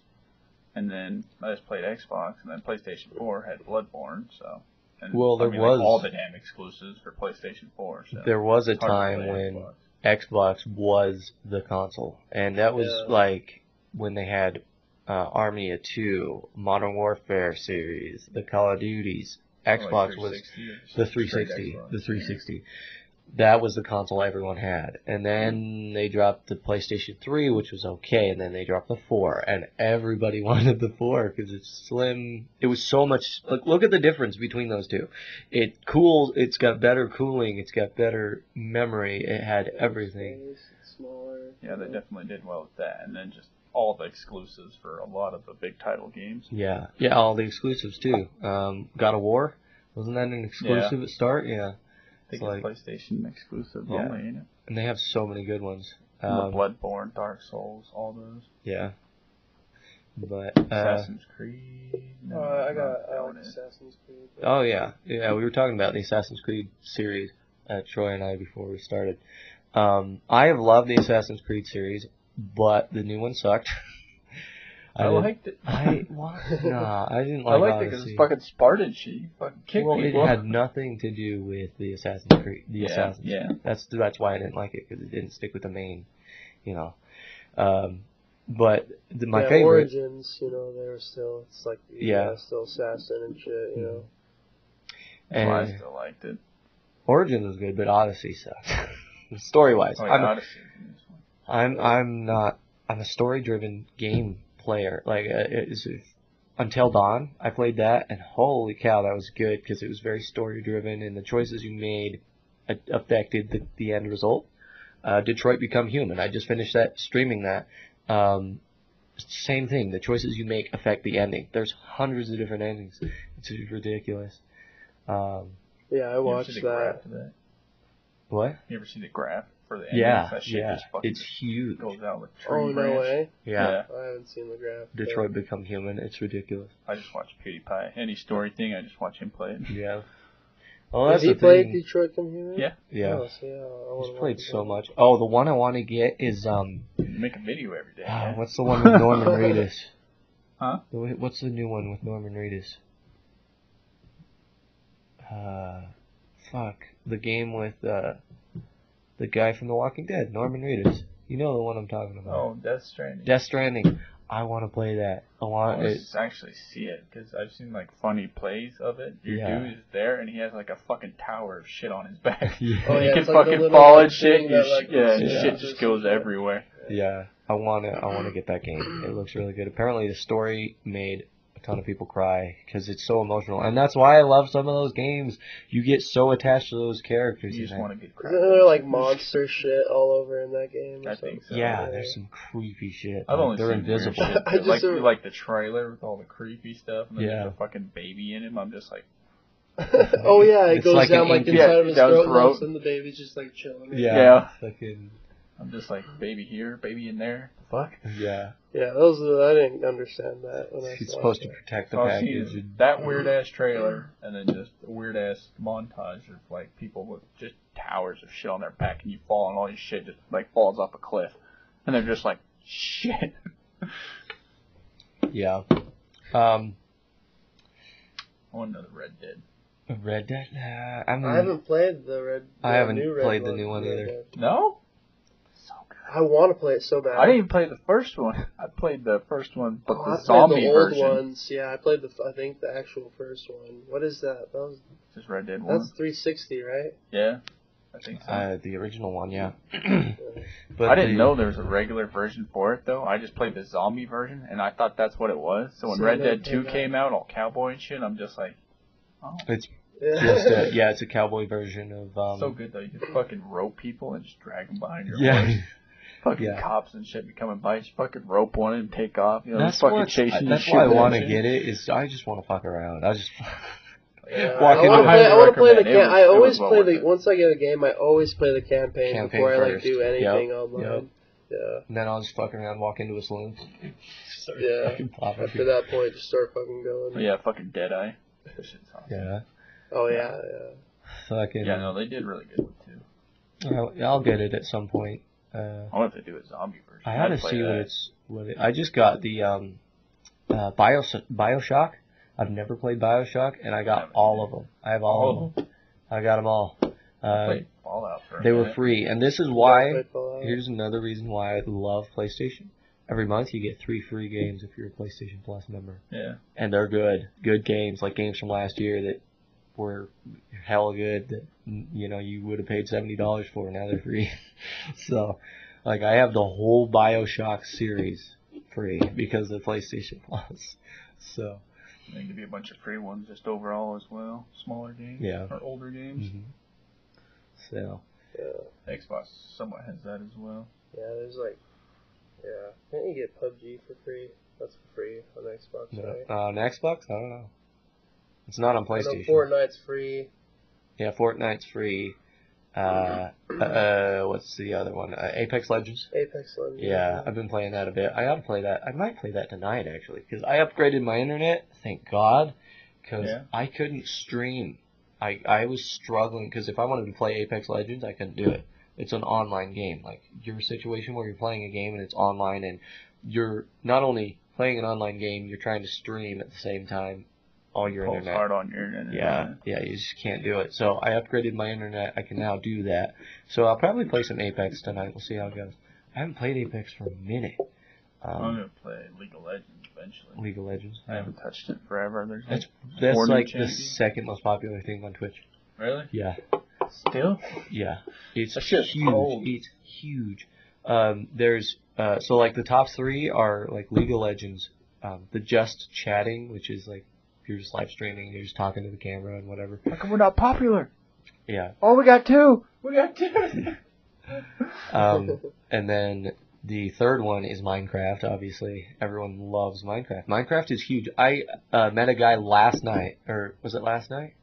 Speaker 2: and then I just played Xbox, and then PlayStation 4 had Bloodborne. So, and,
Speaker 1: Well, there
Speaker 2: I mean,
Speaker 1: was-
Speaker 2: like, all the damn exclusives for PlayStation 4. So
Speaker 1: There was a
Speaker 2: it's hard to
Speaker 1: time
Speaker 2: play
Speaker 1: when
Speaker 2: Xbox.
Speaker 1: Xbox was the console, and that was
Speaker 3: Yeah.
Speaker 1: like when they had uh, Army of Two, Modern Warfare series, the Call of Duties.
Speaker 2: Or, like,
Speaker 1: Xbox was
Speaker 2: 360
Speaker 1: the
Speaker 2: or something. Straight
Speaker 1: 360
Speaker 2: Xbox.
Speaker 1: the 360 that was the console everyone had and then they dropped the playstation 3 which was okay and then they dropped the 4 and everybody wanted the 4 because it's slim it was so much look, look at the difference between those two it cools it's got better cooling it's got better memory it had everything
Speaker 3: Space, it's Smaller.
Speaker 2: Yeah, they definitely did well with that, and then just all the exclusives for a lot of the big title games.
Speaker 1: yeah yeah all the exclusives too um, god of war wasn't that an exclusive at start yeah
Speaker 2: think it's
Speaker 1: like-
Speaker 2: PlayStation exclusive
Speaker 1: Yeah.
Speaker 2: only, ain't it?
Speaker 1: And they have so many good ones.
Speaker 2: The
Speaker 1: Um,
Speaker 2: Bloodborne, Dark Souls, all those.
Speaker 1: Yeah. But uh,
Speaker 2: Assassin's Creed. no,
Speaker 3: Uh, I
Speaker 2: I'm
Speaker 3: got
Speaker 2: not
Speaker 3: I
Speaker 2: doing
Speaker 3: like
Speaker 2: it.
Speaker 3: Assassin's Creed. but-
Speaker 1: oh yeah, yeah, we were talking about the Assassin's Creed series, uh, Troy and I before we started. Um, I have loved the Assassin's Creed series, but the new one sucked.
Speaker 2: I
Speaker 1: didn't-
Speaker 2: liked it.
Speaker 1: I what? Nah, I didn't
Speaker 2: I
Speaker 1: like.
Speaker 2: liked it because
Speaker 1: Odyssey.
Speaker 2: it's fucking Spartan. She fucking kicked
Speaker 1: well,
Speaker 2: people.
Speaker 1: it had nothing to do with the Assassin's Creed. The
Speaker 2: yeah,
Speaker 1: Assassin's.
Speaker 2: yeah.
Speaker 1: That's that's why I didn't like it because it didn't stick with the main, you know. Um, but the, my
Speaker 3: yeah,
Speaker 1: favorite.
Speaker 3: Origins, you know, they were still it's like you
Speaker 1: Yeah.
Speaker 3: yeah, still assassin and shit, you know.
Speaker 2: That's why I
Speaker 1: And-
Speaker 2: still liked it.
Speaker 1: Origins was good, but Odyssey sucked. story wise,
Speaker 2: Oh, yeah,
Speaker 1: I'm,
Speaker 2: Odyssey.
Speaker 1: I'm I'm not I'm a story driven game player. Like uh, it's, it's- until dawn, I played that, and holy cow, that was good because it was very story driven, and the choices you made a- affected the, the end result. Uh, Detroit Become Human. I just finished that streaming that. Um, same thing. The choices you make affect the ending. There's hundreds of different endings. It's ridiculous. Um,
Speaker 3: Yeah, I
Speaker 2: You ever
Speaker 3: watched
Speaker 2: see the
Speaker 3: that.
Speaker 2: graph for that?
Speaker 1: what?
Speaker 2: You ever see the graph for the endings?
Speaker 1: Yeah,
Speaker 2: that shit
Speaker 1: yeah.
Speaker 2: Just fucking
Speaker 1: It's huge.
Speaker 2: goes out with tree
Speaker 3: Oh
Speaker 2: branch.
Speaker 3: no way!
Speaker 1: yeah.
Speaker 3: I haven't seen the graph. but-
Speaker 1: Detroit become human. It's ridiculous.
Speaker 2: I just watch PewDiePie. Any story thing, I just watch him play it.
Speaker 1: Yeah. Well,
Speaker 3: Has
Speaker 1: that's
Speaker 3: he
Speaker 1: the
Speaker 3: played
Speaker 1: thing.
Speaker 3: Detroit Become Human?
Speaker 2: Yeah.
Speaker 1: Yeah.
Speaker 3: Oh, so yeah, I wanna
Speaker 1: He's
Speaker 3: watch
Speaker 1: played
Speaker 3: it.
Speaker 1: so much. Oh, the one I want to get is um.
Speaker 2: You make a video every day.
Speaker 1: ah,
Speaker 2: yeah?
Speaker 1: what's the one with Norman Reedus?
Speaker 2: Huh?
Speaker 1: The wa- What's the new one with Norman Reedus? Uh, fuck the game with uh, the guy from The Walking Dead, Norman Reedus. You know the one I'm talking about.
Speaker 2: Oh, Death Stranding.
Speaker 1: Death Stranding. I want to play that. I
Speaker 2: I
Speaker 1: want
Speaker 2: want
Speaker 1: it.
Speaker 2: to actually see it because I've seen like funny plays of it. Your
Speaker 1: Yeah.
Speaker 2: dude is there and he has like a fucking tower of shit on his back.
Speaker 1: Yeah.
Speaker 3: Oh,
Speaker 2: and he
Speaker 3: yeah,
Speaker 2: can
Speaker 3: it's like the
Speaker 2: fucking
Speaker 3: little
Speaker 2: fall and
Speaker 3: thing
Speaker 2: shit. and
Speaker 3: that,
Speaker 2: sh-
Speaker 3: like,
Speaker 2: yeah, and
Speaker 1: yeah.
Speaker 2: shit just goes everywhere.
Speaker 1: Yeah, I want to. I want to get that game. It looks really good. Apparently, the story made a ton of people cry because it's so emotional, and that's why I love some of those games. You get so attached to those characters.
Speaker 2: You
Speaker 1: and
Speaker 2: just
Speaker 1: that-
Speaker 2: want to get cracked.
Speaker 3: Isn't there like monster shit all over in that game? Or
Speaker 2: I
Speaker 3: something?
Speaker 2: think so.
Speaker 1: yeah, there's some creepy shit.
Speaker 2: uh, I've
Speaker 1: like,
Speaker 2: only
Speaker 1: they're
Speaker 2: seen weird
Speaker 1: invisible.
Speaker 2: shit,
Speaker 3: I
Speaker 2: but,
Speaker 3: just
Speaker 2: like
Speaker 3: sort of-
Speaker 2: like the trailer with all the creepy stuff and then
Speaker 1: Yeah.
Speaker 2: there's a fucking baby in him. I'm just like,
Speaker 3: oh yeah, it
Speaker 1: It's
Speaker 3: goes
Speaker 1: like
Speaker 3: down
Speaker 1: an
Speaker 3: like
Speaker 1: ink-
Speaker 3: inside
Speaker 2: yeah,
Speaker 3: of his
Speaker 2: down
Speaker 3: throat,
Speaker 2: throat.
Speaker 3: and the baby's just like chilling.
Speaker 1: Yeah.
Speaker 2: Yeah.
Speaker 1: Fucking
Speaker 2: I'm just like, baby here, baby in there. Fuck.
Speaker 1: yeah.
Speaker 3: yeah. Those are, I didn't understand that when I
Speaker 1: It's
Speaker 3: saw
Speaker 1: supposed to
Speaker 3: it.
Speaker 1: protect the
Speaker 2: So I've
Speaker 1: package.
Speaker 2: seen
Speaker 1: and-
Speaker 2: that weird ass trailer and then just a weird ass montage of like people with just towers of shit on their back and you fall and all your shit just like falls off a cliff and they're just like shit.
Speaker 1: yeah. Um,
Speaker 2: I want Oh, another Red Dead.
Speaker 1: Red Dead. Uh, I'm,
Speaker 3: I haven't played the red.
Speaker 1: I
Speaker 3: the
Speaker 1: haven't
Speaker 3: new Red
Speaker 1: played the new one
Speaker 3: Red
Speaker 1: either.
Speaker 3: Dead.
Speaker 2: No. So good.
Speaker 3: I want to play it so bad.
Speaker 2: I didn't even play the first one. I played the first one, but
Speaker 3: Oh, I
Speaker 2: the
Speaker 3: played
Speaker 2: zombie
Speaker 3: the old
Speaker 2: version.
Speaker 3: ones. Yeah, I played the. I think the actual first one. What is that? That was
Speaker 2: Just Red Dead One.
Speaker 3: that's 360, right?
Speaker 2: Yeah, I think so.
Speaker 1: uh, the original one, yeah. but
Speaker 2: I didn't
Speaker 1: the-
Speaker 2: know there was a regular version for it though. I just played the zombie version, and I thought that's what it was. So when
Speaker 3: So
Speaker 2: Red
Speaker 3: then
Speaker 2: Dead
Speaker 3: it
Speaker 2: Two
Speaker 3: came out.
Speaker 2: came out, all cowboy and shit, I'm just like,
Speaker 3: Yeah.
Speaker 1: Just a, yeah, it's a cowboy version of um.
Speaker 2: so good though. You can fucking rope people and just drag them behind your
Speaker 1: yeah.
Speaker 2: horse. Fucking
Speaker 1: Yeah.
Speaker 2: cops and shit be coming by. Just fucking rope one and take off. You know,
Speaker 1: That's
Speaker 2: just fucking
Speaker 1: what-
Speaker 2: chasing you,
Speaker 1: That's
Speaker 2: shooting
Speaker 1: why I
Speaker 2: at
Speaker 1: want to
Speaker 2: you.
Speaker 1: get it. Is I just want to fuck around. I just
Speaker 3: Yeah,
Speaker 1: Walk
Speaker 3: I
Speaker 1: in the-
Speaker 3: want to play. I want to play the
Speaker 2: recommend it. It
Speaker 3: game.
Speaker 2: was-
Speaker 3: I
Speaker 2: it was
Speaker 3: always
Speaker 2: well
Speaker 3: play
Speaker 2: worth
Speaker 3: the.
Speaker 2: it.
Speaker 3: Once I get a game, I always play the campaign,
Speaker 1: Campaign
Speaker 3: before I like
Speaker 1: first.
Speaker 3: do
Speaker 1: Yep.
Speaker 3: anything online.
Speaker 1: and then I'll just fuck around, walk into a saloon. Start
Speaker 3: Yeah.
Speaker 1: fucking
Speaker 3: Yeah.
Speaker 1: popping
Speaker 3: After
Speaker 1: people.
Speaker 3: that point, just start fucking
Speaker 2: But
Speaker 3: going.
Speaker 2: yeah, fucking Deadeye. That shit's awesome.
Speaker 1: Yeah,
Speaker 3: Oh yeah, yeah.
Speaker 1: fucking.
Speaker 2: Yeah, no, they did really good with two.
Speaker 1: I'll, I'll get it at some point. Uh,
Speaker 2: I wonder if they do a zombie version.
Speaker 1: I had to
Speaker 2: I'd play
Speaker 1: see what
Speaker 2: that.
Speaker 1: it's. What it, I just got the um, uh, Bios, Bioshock. I've never played Bioshock, and I got
Speaker 2: Haven't
Speaker 1: all
Speaker 2: either.
Speaker 1: of them. I have all of them. I got them all. Uh,
Speaker 2: Played Fallout for a
Speaker 1: they were
Speaker 2: minute.
Speaker 1: free, and this is why.
Speaker 3: Play
Speaker 2: uh,
Speaker 3: Fallout.
Speaker 1: Here's another reason why I love PlayStation. Every month you get three free games if you're a PlayStation Plus member,
Speaker 2: Yeah.
Speaker 1: and they're good, good games like games from last year that were hella good that you know you would have paid seventy dollars for. Now they're free, so like I have the whole Bioshock series free because of PlayStation Plus. So
Speaker 2: There could be a bunch of free ones just overall as well. Smaller games.
Speaker 1: Yeah.
Speaker 2: Or older games.
Speaker 1: mhm. so Mm-hmm.
Speaker 2: Xbox somewhat has that as well.
Speaker 3: Yeah, there's like, yeah. Can't you get PUBG for free? That's for free on Xbox,
Speaker 1: yeah.
Speaker 3: right?
Speaker 1: uh, on Xbox, I don't know. It's not on
Speaker 3: I know
Speaker 1: PlayStation.
Speaker 3: Fortnite's free.
Speaker 1: Yeah, Fortnite's free. Uh, uh, what's the other one? Uh, Apex Legends.
Speaker 3: Apex Legends.
Speaker 1: Yeah, I've been playing that a bit. I ought to play that. I might play that tonight actually, because I upgraded my internet. Thank God, because
Speaker 2: Yeah.
Speaker 1: I couldn't stream. I I was struggling because if I wanted to play Apex Legends, I couldn't do it. It's an online game. Like your situation where you're playing a game and it's online, and you're not only playing an online game, you're trying to stream at the same time. All your
Speaker 2: Pulls
Speaker 1: internet.
Speaker 2: hard on your internet.
Speaker 1: Yeah, yeah, you just can't do it. So I upgraded my internet. I can now do that. So I'll probably play some Apex tonight. We'll see how it goes. I haven't played Apex for a minute.
Speaker 2: I'm
Speaker 1: Um,
Speaker 2: gonna play League of Legends eventually.
Speaker 1: League of Legends.
Speaker 2: Oh, I haven't touched it forever. There's
Speaker 1: That's
Speaker 2: like,
Speaker 1: that's
Speaker 2: Warner
Speaker 1: like the
Speaker 2: Champion?
Speaker 1: second most popular thing on Twitch.
Speaker 2: really
Speaker 1: Yeah,
Speaker 2: still.
Speaker 1: yeah. It's
Speaker 2: That shit's
Speaker 1: huge.
Speaker 2: cold.
Speaker 1: It's huge. Um, there's uh, so like the top three are like League of Legends, um, the just chatting, which is like you're just live streaming, you're just talking to the camera and whatever.
Speaker 2: How come we're not popular?
Speaker 1: Yeah.
Speaker 2: Oh, we got two.
Speaker 4: We got two.
Speaker 1: Um, And then the third one is Minecraft. Obviously, everyone loves Minecraft. Minecraft is huge. I uh, met a guy last night, or was it last night?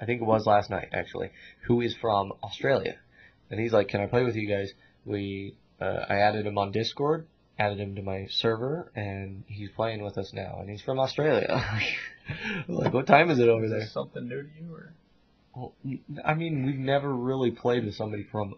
Speaker 1: I think it was last night actually, who is from Australia, and he's like, "Can I play with you guys?" We, uh, I added him on Discord, added him to my server, and he's playing with us now. And he's from Australia. I'm like, what time is it over
Speaker 2: Is
Speaker 1: there?
Speaker 2: this something new to you or?
Speaker 1: Well, I mean, we've never really played with somebody from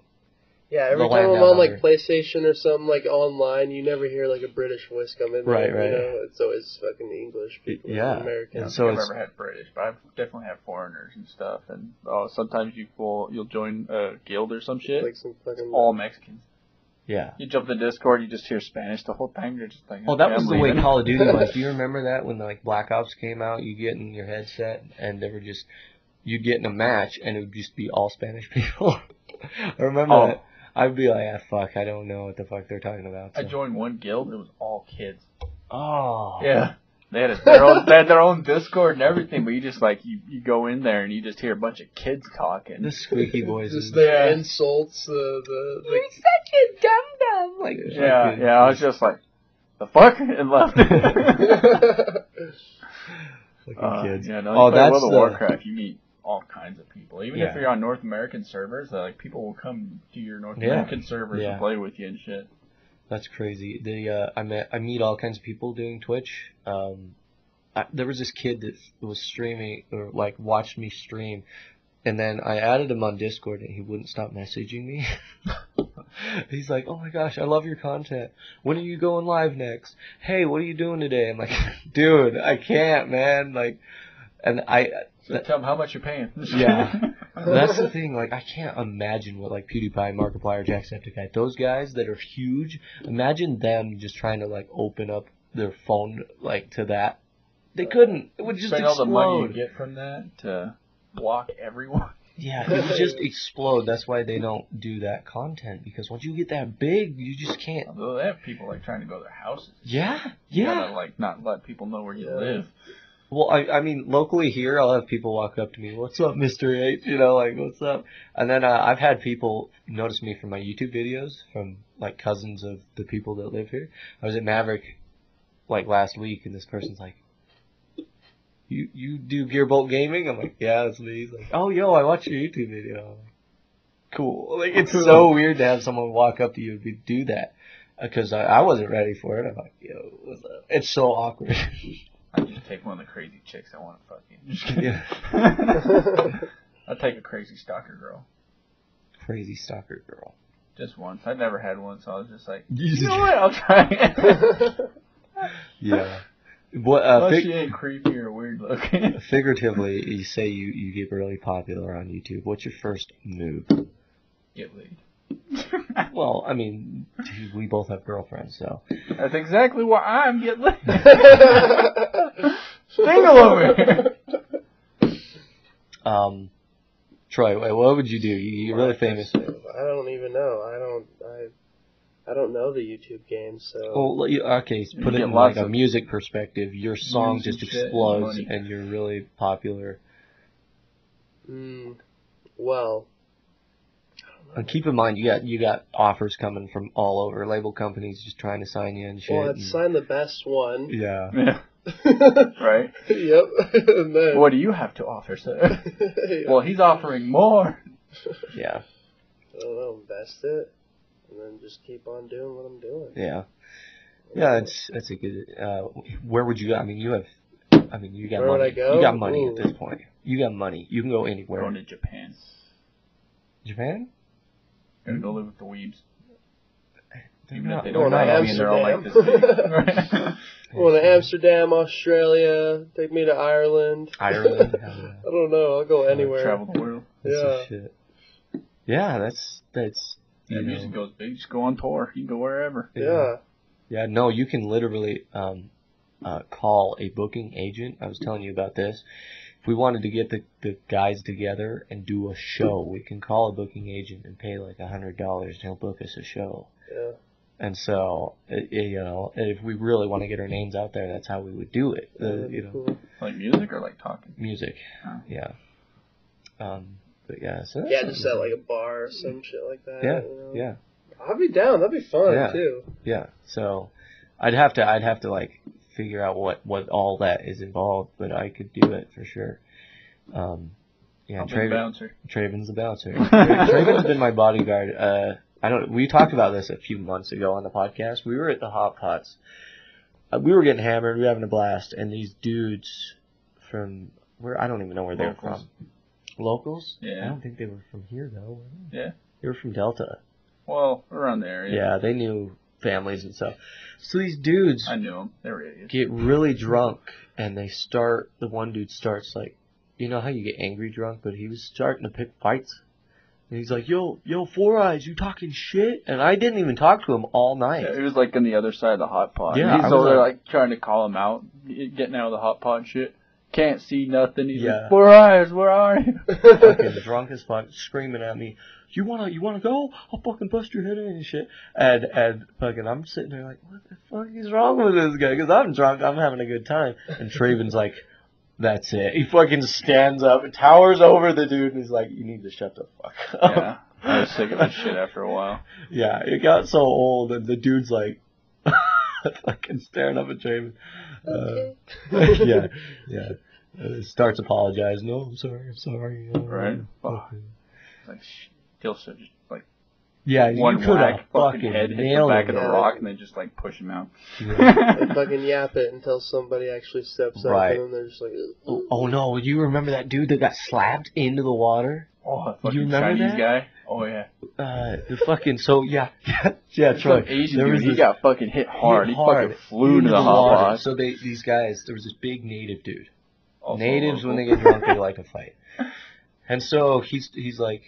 Speaker 3: Yeah,
Speaker 1: The
Speaker 3: every time
Speaker 1: land
Speaker 3: I'm
Speaker 1: down
Speaker 3: on like
Speaker 1: under.
Speaker 3: PlayStation or something like online, you never hear like a British voice come in.
Speaker 1: Right,
Speaker 3: you
Speaker 1: right.
Speaker 3: Know? It's always fucking English people.
Speaker 1: Yeah. And
Speaker 2: I
Speaker 3: American.
Speaker 2: don't
Speaker 1: so
Speaker 2: think I've
Speaker 1: it's-
Speaker 2: ever had British, but I've definitely had foreigners and stuff. And oh, sometimes you will you'll join a guild or some shit.
Speaker 3: Like some fucking.
Speaker 2: all Mexicans.
Speaker 1: yeah.
Speaker 2: You jump the Discord, you just hear Spanish the whole time. You're just like,
Speaker 1: Well, Oh, that
Speaker 2: "Okay,
Speaker 1: was
Speaker 2: I'm
Speaker 1: the way
Speaker 2: leaving."
Speaker 1: Call of Duty was. Do you remember that when like Black Ops came out? You get in your headset and they were just you get in a match and it would just be all Spanish people. I remember
Speaker 2: Oh.
Speaker 1: that. I'd be like, ah, fuck, I don't know what the fuck they're talking about.
Speaker 2: I
Speaker 1: so-
Speaker 2: joined one guild. It was all kids.
Speaker 1: oh,
Speaker 2: Yeah. They had, a, their own, they had their own Discord and everything, but you just like you, you go in there and you just hear a bunch of kids talking.
Speaker 1: the squeaky boys.
Speaker 3: Just
Speaker 1: is-
Speaker 3: their
Speaker 2: Yeah.
Speaker 3: insults. The the. the
Speaker 1: such a dum dum. Like,
Speaker 2: yeah,
Speaker 1: fucking-
Speaker 2: yeah. I was just like, the fuck, and left.
Speaker 1: fucking
Speaker 2: Uh,
Speaker 1: kids.
Speaker 2: Yeah, no, you
Speaker 1: Oh,
Speaker 2: play
Speaker 1: that's
Speaker 2: World of
Speaker 1: the-
Speaker 2: Warcraft. You meet all kinds of people. Even
Speaker 1: Yeah.
Speaker 2: if you're on North American servers, uh, like people will come to your North
Speaker 1: Yeah.
Speaker 2: American servers
Speaker 1: Yeah.
Speaker 2: and play with you and shit.
Speaker 1: That's crazy. They, uh, I met, I meet all kinds of people doing Twitch. Um, I, there was this kid that was streaming or like watched me stream, and then I added him on Discord, and he wouldn't stop messaging me. He's like, "Oh my gosh, I love your content. When are you going live next? Hey, what are you doing today?" I'm like, "Dude, I can't, man." Like, and I,
Speaker 2: So
Speaker 1: That-
Speaker 2: tell them how much you're paying.
Speaker 1: Yeah. that's the thing. Like, I can't imagine what like PewDiePie, Markiplier, Jacksepticeye, those guys that are huge. Imagine them just trying to like open up their phone like to that. They couldn't. It would just
Speaker 2: Spend
Speaker 1: explode.
Speaker 2: all the money you get from that to block everyone.
Speaker 1: Yeah, it would just explode. That's why they don't do that content because once you get that big, you just can't.
Speaker 2: Although they have people like trying to go to their houses.
Speaker 1: Yeah,
Speaker 2: You
Speaker 1: yeah.
Speaker 2: gotta like not let people know where you
Speaker 3: Yeah.
Speaker 2: live.
Speaker 1: Well, I, I mean, locally here, I'll have people walk up to me, "What's up, Mister H?" You know, like, "What's up?" And then uh, I've had people notice me from my YouTube videos, from like cousins of the people that live here. I was at Maverick like last week, and this person's like, "You you do Gearbolt Gaming?" I'm like, "Yeah, that's me." He's like, "Oh, yo, I watched your YouTube video." I'm like, cool. Like, it's so weird to have someone walk up to you and be- do that because I, I wasn't ready for it. I'm like, "Yo, what's up?" It's so awkward.
Speaker 2: I just take one of the crazy chicks I want to fuck you. Just kidding.
Speaker 1: yeah.
Speaker 2: I'll take a crazy stalker girl.
Speaker 1: crazy stalker girl.
Speaker 2: Just once. I never had one, so I was just like, you know
Speaker 1: yeah.
Speaker 2: what? I'll try it.
Speaker 1: What uh,
Speaker 2: Unless
Speaker 1: fig-
Speaker 2: she ain't creepy or weird looking.
Speaker 1: figuratively, you say you you get really popular on YouTube. What's your first move?
Speaker 2: Get laid.
Speaker 1: Well, I mean, dude, we both have girlfriends, so
Speaker 2: That's exactly why I'm getting laid.
Speaker 3: Single
Speaker 2: over here.
Speaker 1: um, Troy, wha- what would you do? You, you're really famous.
Speaker 3: I don't even know. I don't. I. I don't know the YouTube game, so.
Speaker 1: Well, let you- okay, so
Speaker 2: You
Speaker 1: put it
Speaker 2: get
Speaker 1: in
Speaker 2: lots
Speaker 1: like a
Speaker 2: of
Speaker 1: music perspective. Your song
Speaker 2: music
Speaker 1: just
Speaker 2: shit and
Speaker 1: explodes,
Speaker 2: money.
Speaker 1: and you're really popular.
Speaker 3: Mm, well.
Speaker 1: And keep in mind, you got you got offers coming from all over. Label companies just trying to sign you and shit.
Speaker 3: Well, I'd
Speaker 1: and-
Speaker 3: sign the best one.
Speaker 1: yeah.
Speaker 2: Yeah. right?
Speaker 3: yep. and then
Speaker 2: What do you have to offer, sir?
Speaker 3: Yeah.
Speaker 2: Well, he's offering more.
Speaker 1: Yeah,
Speaker 3: I don't know, invest it, and then just keep on doing what I'm doing.
Speaker 1: yeah, yeah. It's that's a good. Uh, where would you? go? I mean, you have. I mean, you got
Speaker 3: Where would
Speaker 1: money.
Speaker 3: I go?
Speaker 1: You got money
Speaker 3: Ooh.
Speaker 1: at this point. You got money. You can go anywhere.
Speaker 2: Going to Japan.
Speaker 1: Japan?
Speaker 2: Gonna go live with the weebs.
Speaker 1: They're
Speaker 2: Even if
Speaker 1: not-
Speaker 2: they don't
Speaker 3: Or
Speaker 1: they're
Speaker 2: like
Speaker 1: not
Speaker 2: me and they're all like this
Speaker 3: Amsterdam.
Speaker 2: big. Right?
Speaker 3: Going to Amsterdam, Australia. Take me to Ireland.
Speaker 1: Ireland.
Speaker 3: I don't know. I'll go anywhere.
Speaker 2: Travel the world.
Speaker 1: That's
Speaker 3: Yeah.
Speaker 1: some shit. Yeah, that's that's.
Speaker 2: Your
Speaker 1: you know.
Speaker 2: music goes big. Just go on tour. You can go wherever.
Speaker 3: Yeah.
Speaker 1: Yeah, no, you can literally um, uh, call a booking agent. I was telling you about this. If we wanted to get the, the guys together and do a show, we can call a booking agent and pay like a hundred dollars, and he'll book us a show.
Speaker 3: Yeah.
Speaker 1: And so, it, it- you know, if we really want to get our names out there, that's how we would do it.
Speaker 3: That
Speaker 1: The,
Speaker 3: would be
Speaker 1: Uh, you know,
Speaker 3: cool.
Speaker 2: Like music or like talking.
Speaker 1: music.
Speaker 2: Oh.
Speaker 1: Yeah. Um, but yeah, so that's
Speaker 3: Yeah, just at like a bar or some shit like that.
Speaker 1: Yeah,
Speaker 3: you know?
Speaker 1: yeah.
Speaker 3: I'd be down. That'd be fun
Speaker 1: Yeah.
Speaker 3: too.
Speaker 1: Yeah. So I'd have to I'd have to like figure out what what all that is involved, but I could do it for sure. Um, yeah,
Speaker 2: I'll be a
Speaker 1: Traven,
Speaker 2: bouncer.
Speaker 1: Traven's the bouncer. Traven's been my bodyguard. Uh, I don't. We talked about this a few months ago on the podcast. We were at the Hot Pots. Uh, we were getting hammered. We were having a blast, and these dudes from where I don't even know where they're
Speaker 2: Locals.
Speaker 1: from. Locals?
Speaker 2: Yeah.
Speaker 1: I don't think they were from here though. were they?
Speaker 2: Yeah.
Speaker 1: They were from Delta.
Speaker 2: Well, around there. Yeah.
Speaker 1: Yeah, they knew families and stuff. So these dudes
Speaker 2: I knew him. They were idiots.
Speaker 1: get really drunk and they start the one dude starts like you know how you get angry drunk, but he was starting to pick fights. And he's like, Yo, yo, four eyes, you talking shit? And I didn't even talk to him all night.
Speaker 2: Yeah, It was like on the other side of the hot pot.
Speaker 1: Yeah, I
Speaker 2: he's
Speaker 1: was
Speaker 2: over there
Speaker 1: like-
Speaker 2: like trying to call him out, getting out of the hot pot and shit. Can't see nothing. He's
Speaker 1: Yeah.
Speaker 2: like, "Where are you? Where are you?"
Speaker 1: fucking drunk as fuck, screaming at me, "You wanna, you wanna go? I'll fucking bust your head in and shit." And and fucking, I'm sitting there like, "What the fuck is wrong with this guy?" Because I'm drunk, I'm having a good time, and Traven's like, "That's it." He fucking stands up, and towers over the dude, and he's like, "You need to shut the fuck up."
Speaker 2: yeah, I was sick of this shit after a while.
Speaker 1: Yeah, it got so old, and the dude's like, fucking staring up at Traven. Uh, yeah, yeah. Uh, starts apologizing. No, I'm sorry. I'm sorry. uh,
Speaker 2: Right.
Speaker 1: fuck.
Speaker 2: Like, sh- still so just like
Speaker 1: Yeah, you
Speaker 2: one
Speaker 1: could have
Speaker 2: whack, fucking head hit the
Speaker 1: nailed
Speaker 2: back
Speaker 1: him.
Speaker 2: of the
Speaker 3: Yeah.
Speaker 2: rock, and then just like push him out.
Speaker 1: Yeah.
Speaker 3: Like fucking yap it until somebody actually steps up
Speaker 1: Right.
Speaker 3: and then they're just like,
Speaker 1: oh, oh no, you remember that dude that got slapped into the water?
Speaker 2: oh, that fucking
Speaker 1: remember
Speaker 2: Chinese
Speaker 1: that?
Speaker 2: guy. Oh yeah,
Speaker 1: Uh, the fucking so yeah, yeah, yeah Troy.
Speaker 2: Some Asian
Speaker 1: there
Speaker 2: dude.
Speaker 1: was
Speaker 2: He
Speaker 1: this-
Speaker 2: got fucking hit hard. He,
Speaker 1: hard
Speaker 2: fucking flew to
Speaker 1: into
Speaker 2: the hot
Speaker 1: water.
Speaker 2: pot.
Speaker 1: So they these guys, there was this big native dude.
Speaker 2: Also
Speaker 1: Natives when they
Speaker 2: local.
Speaker 1: get drunk, they like to fight. And so he's he's like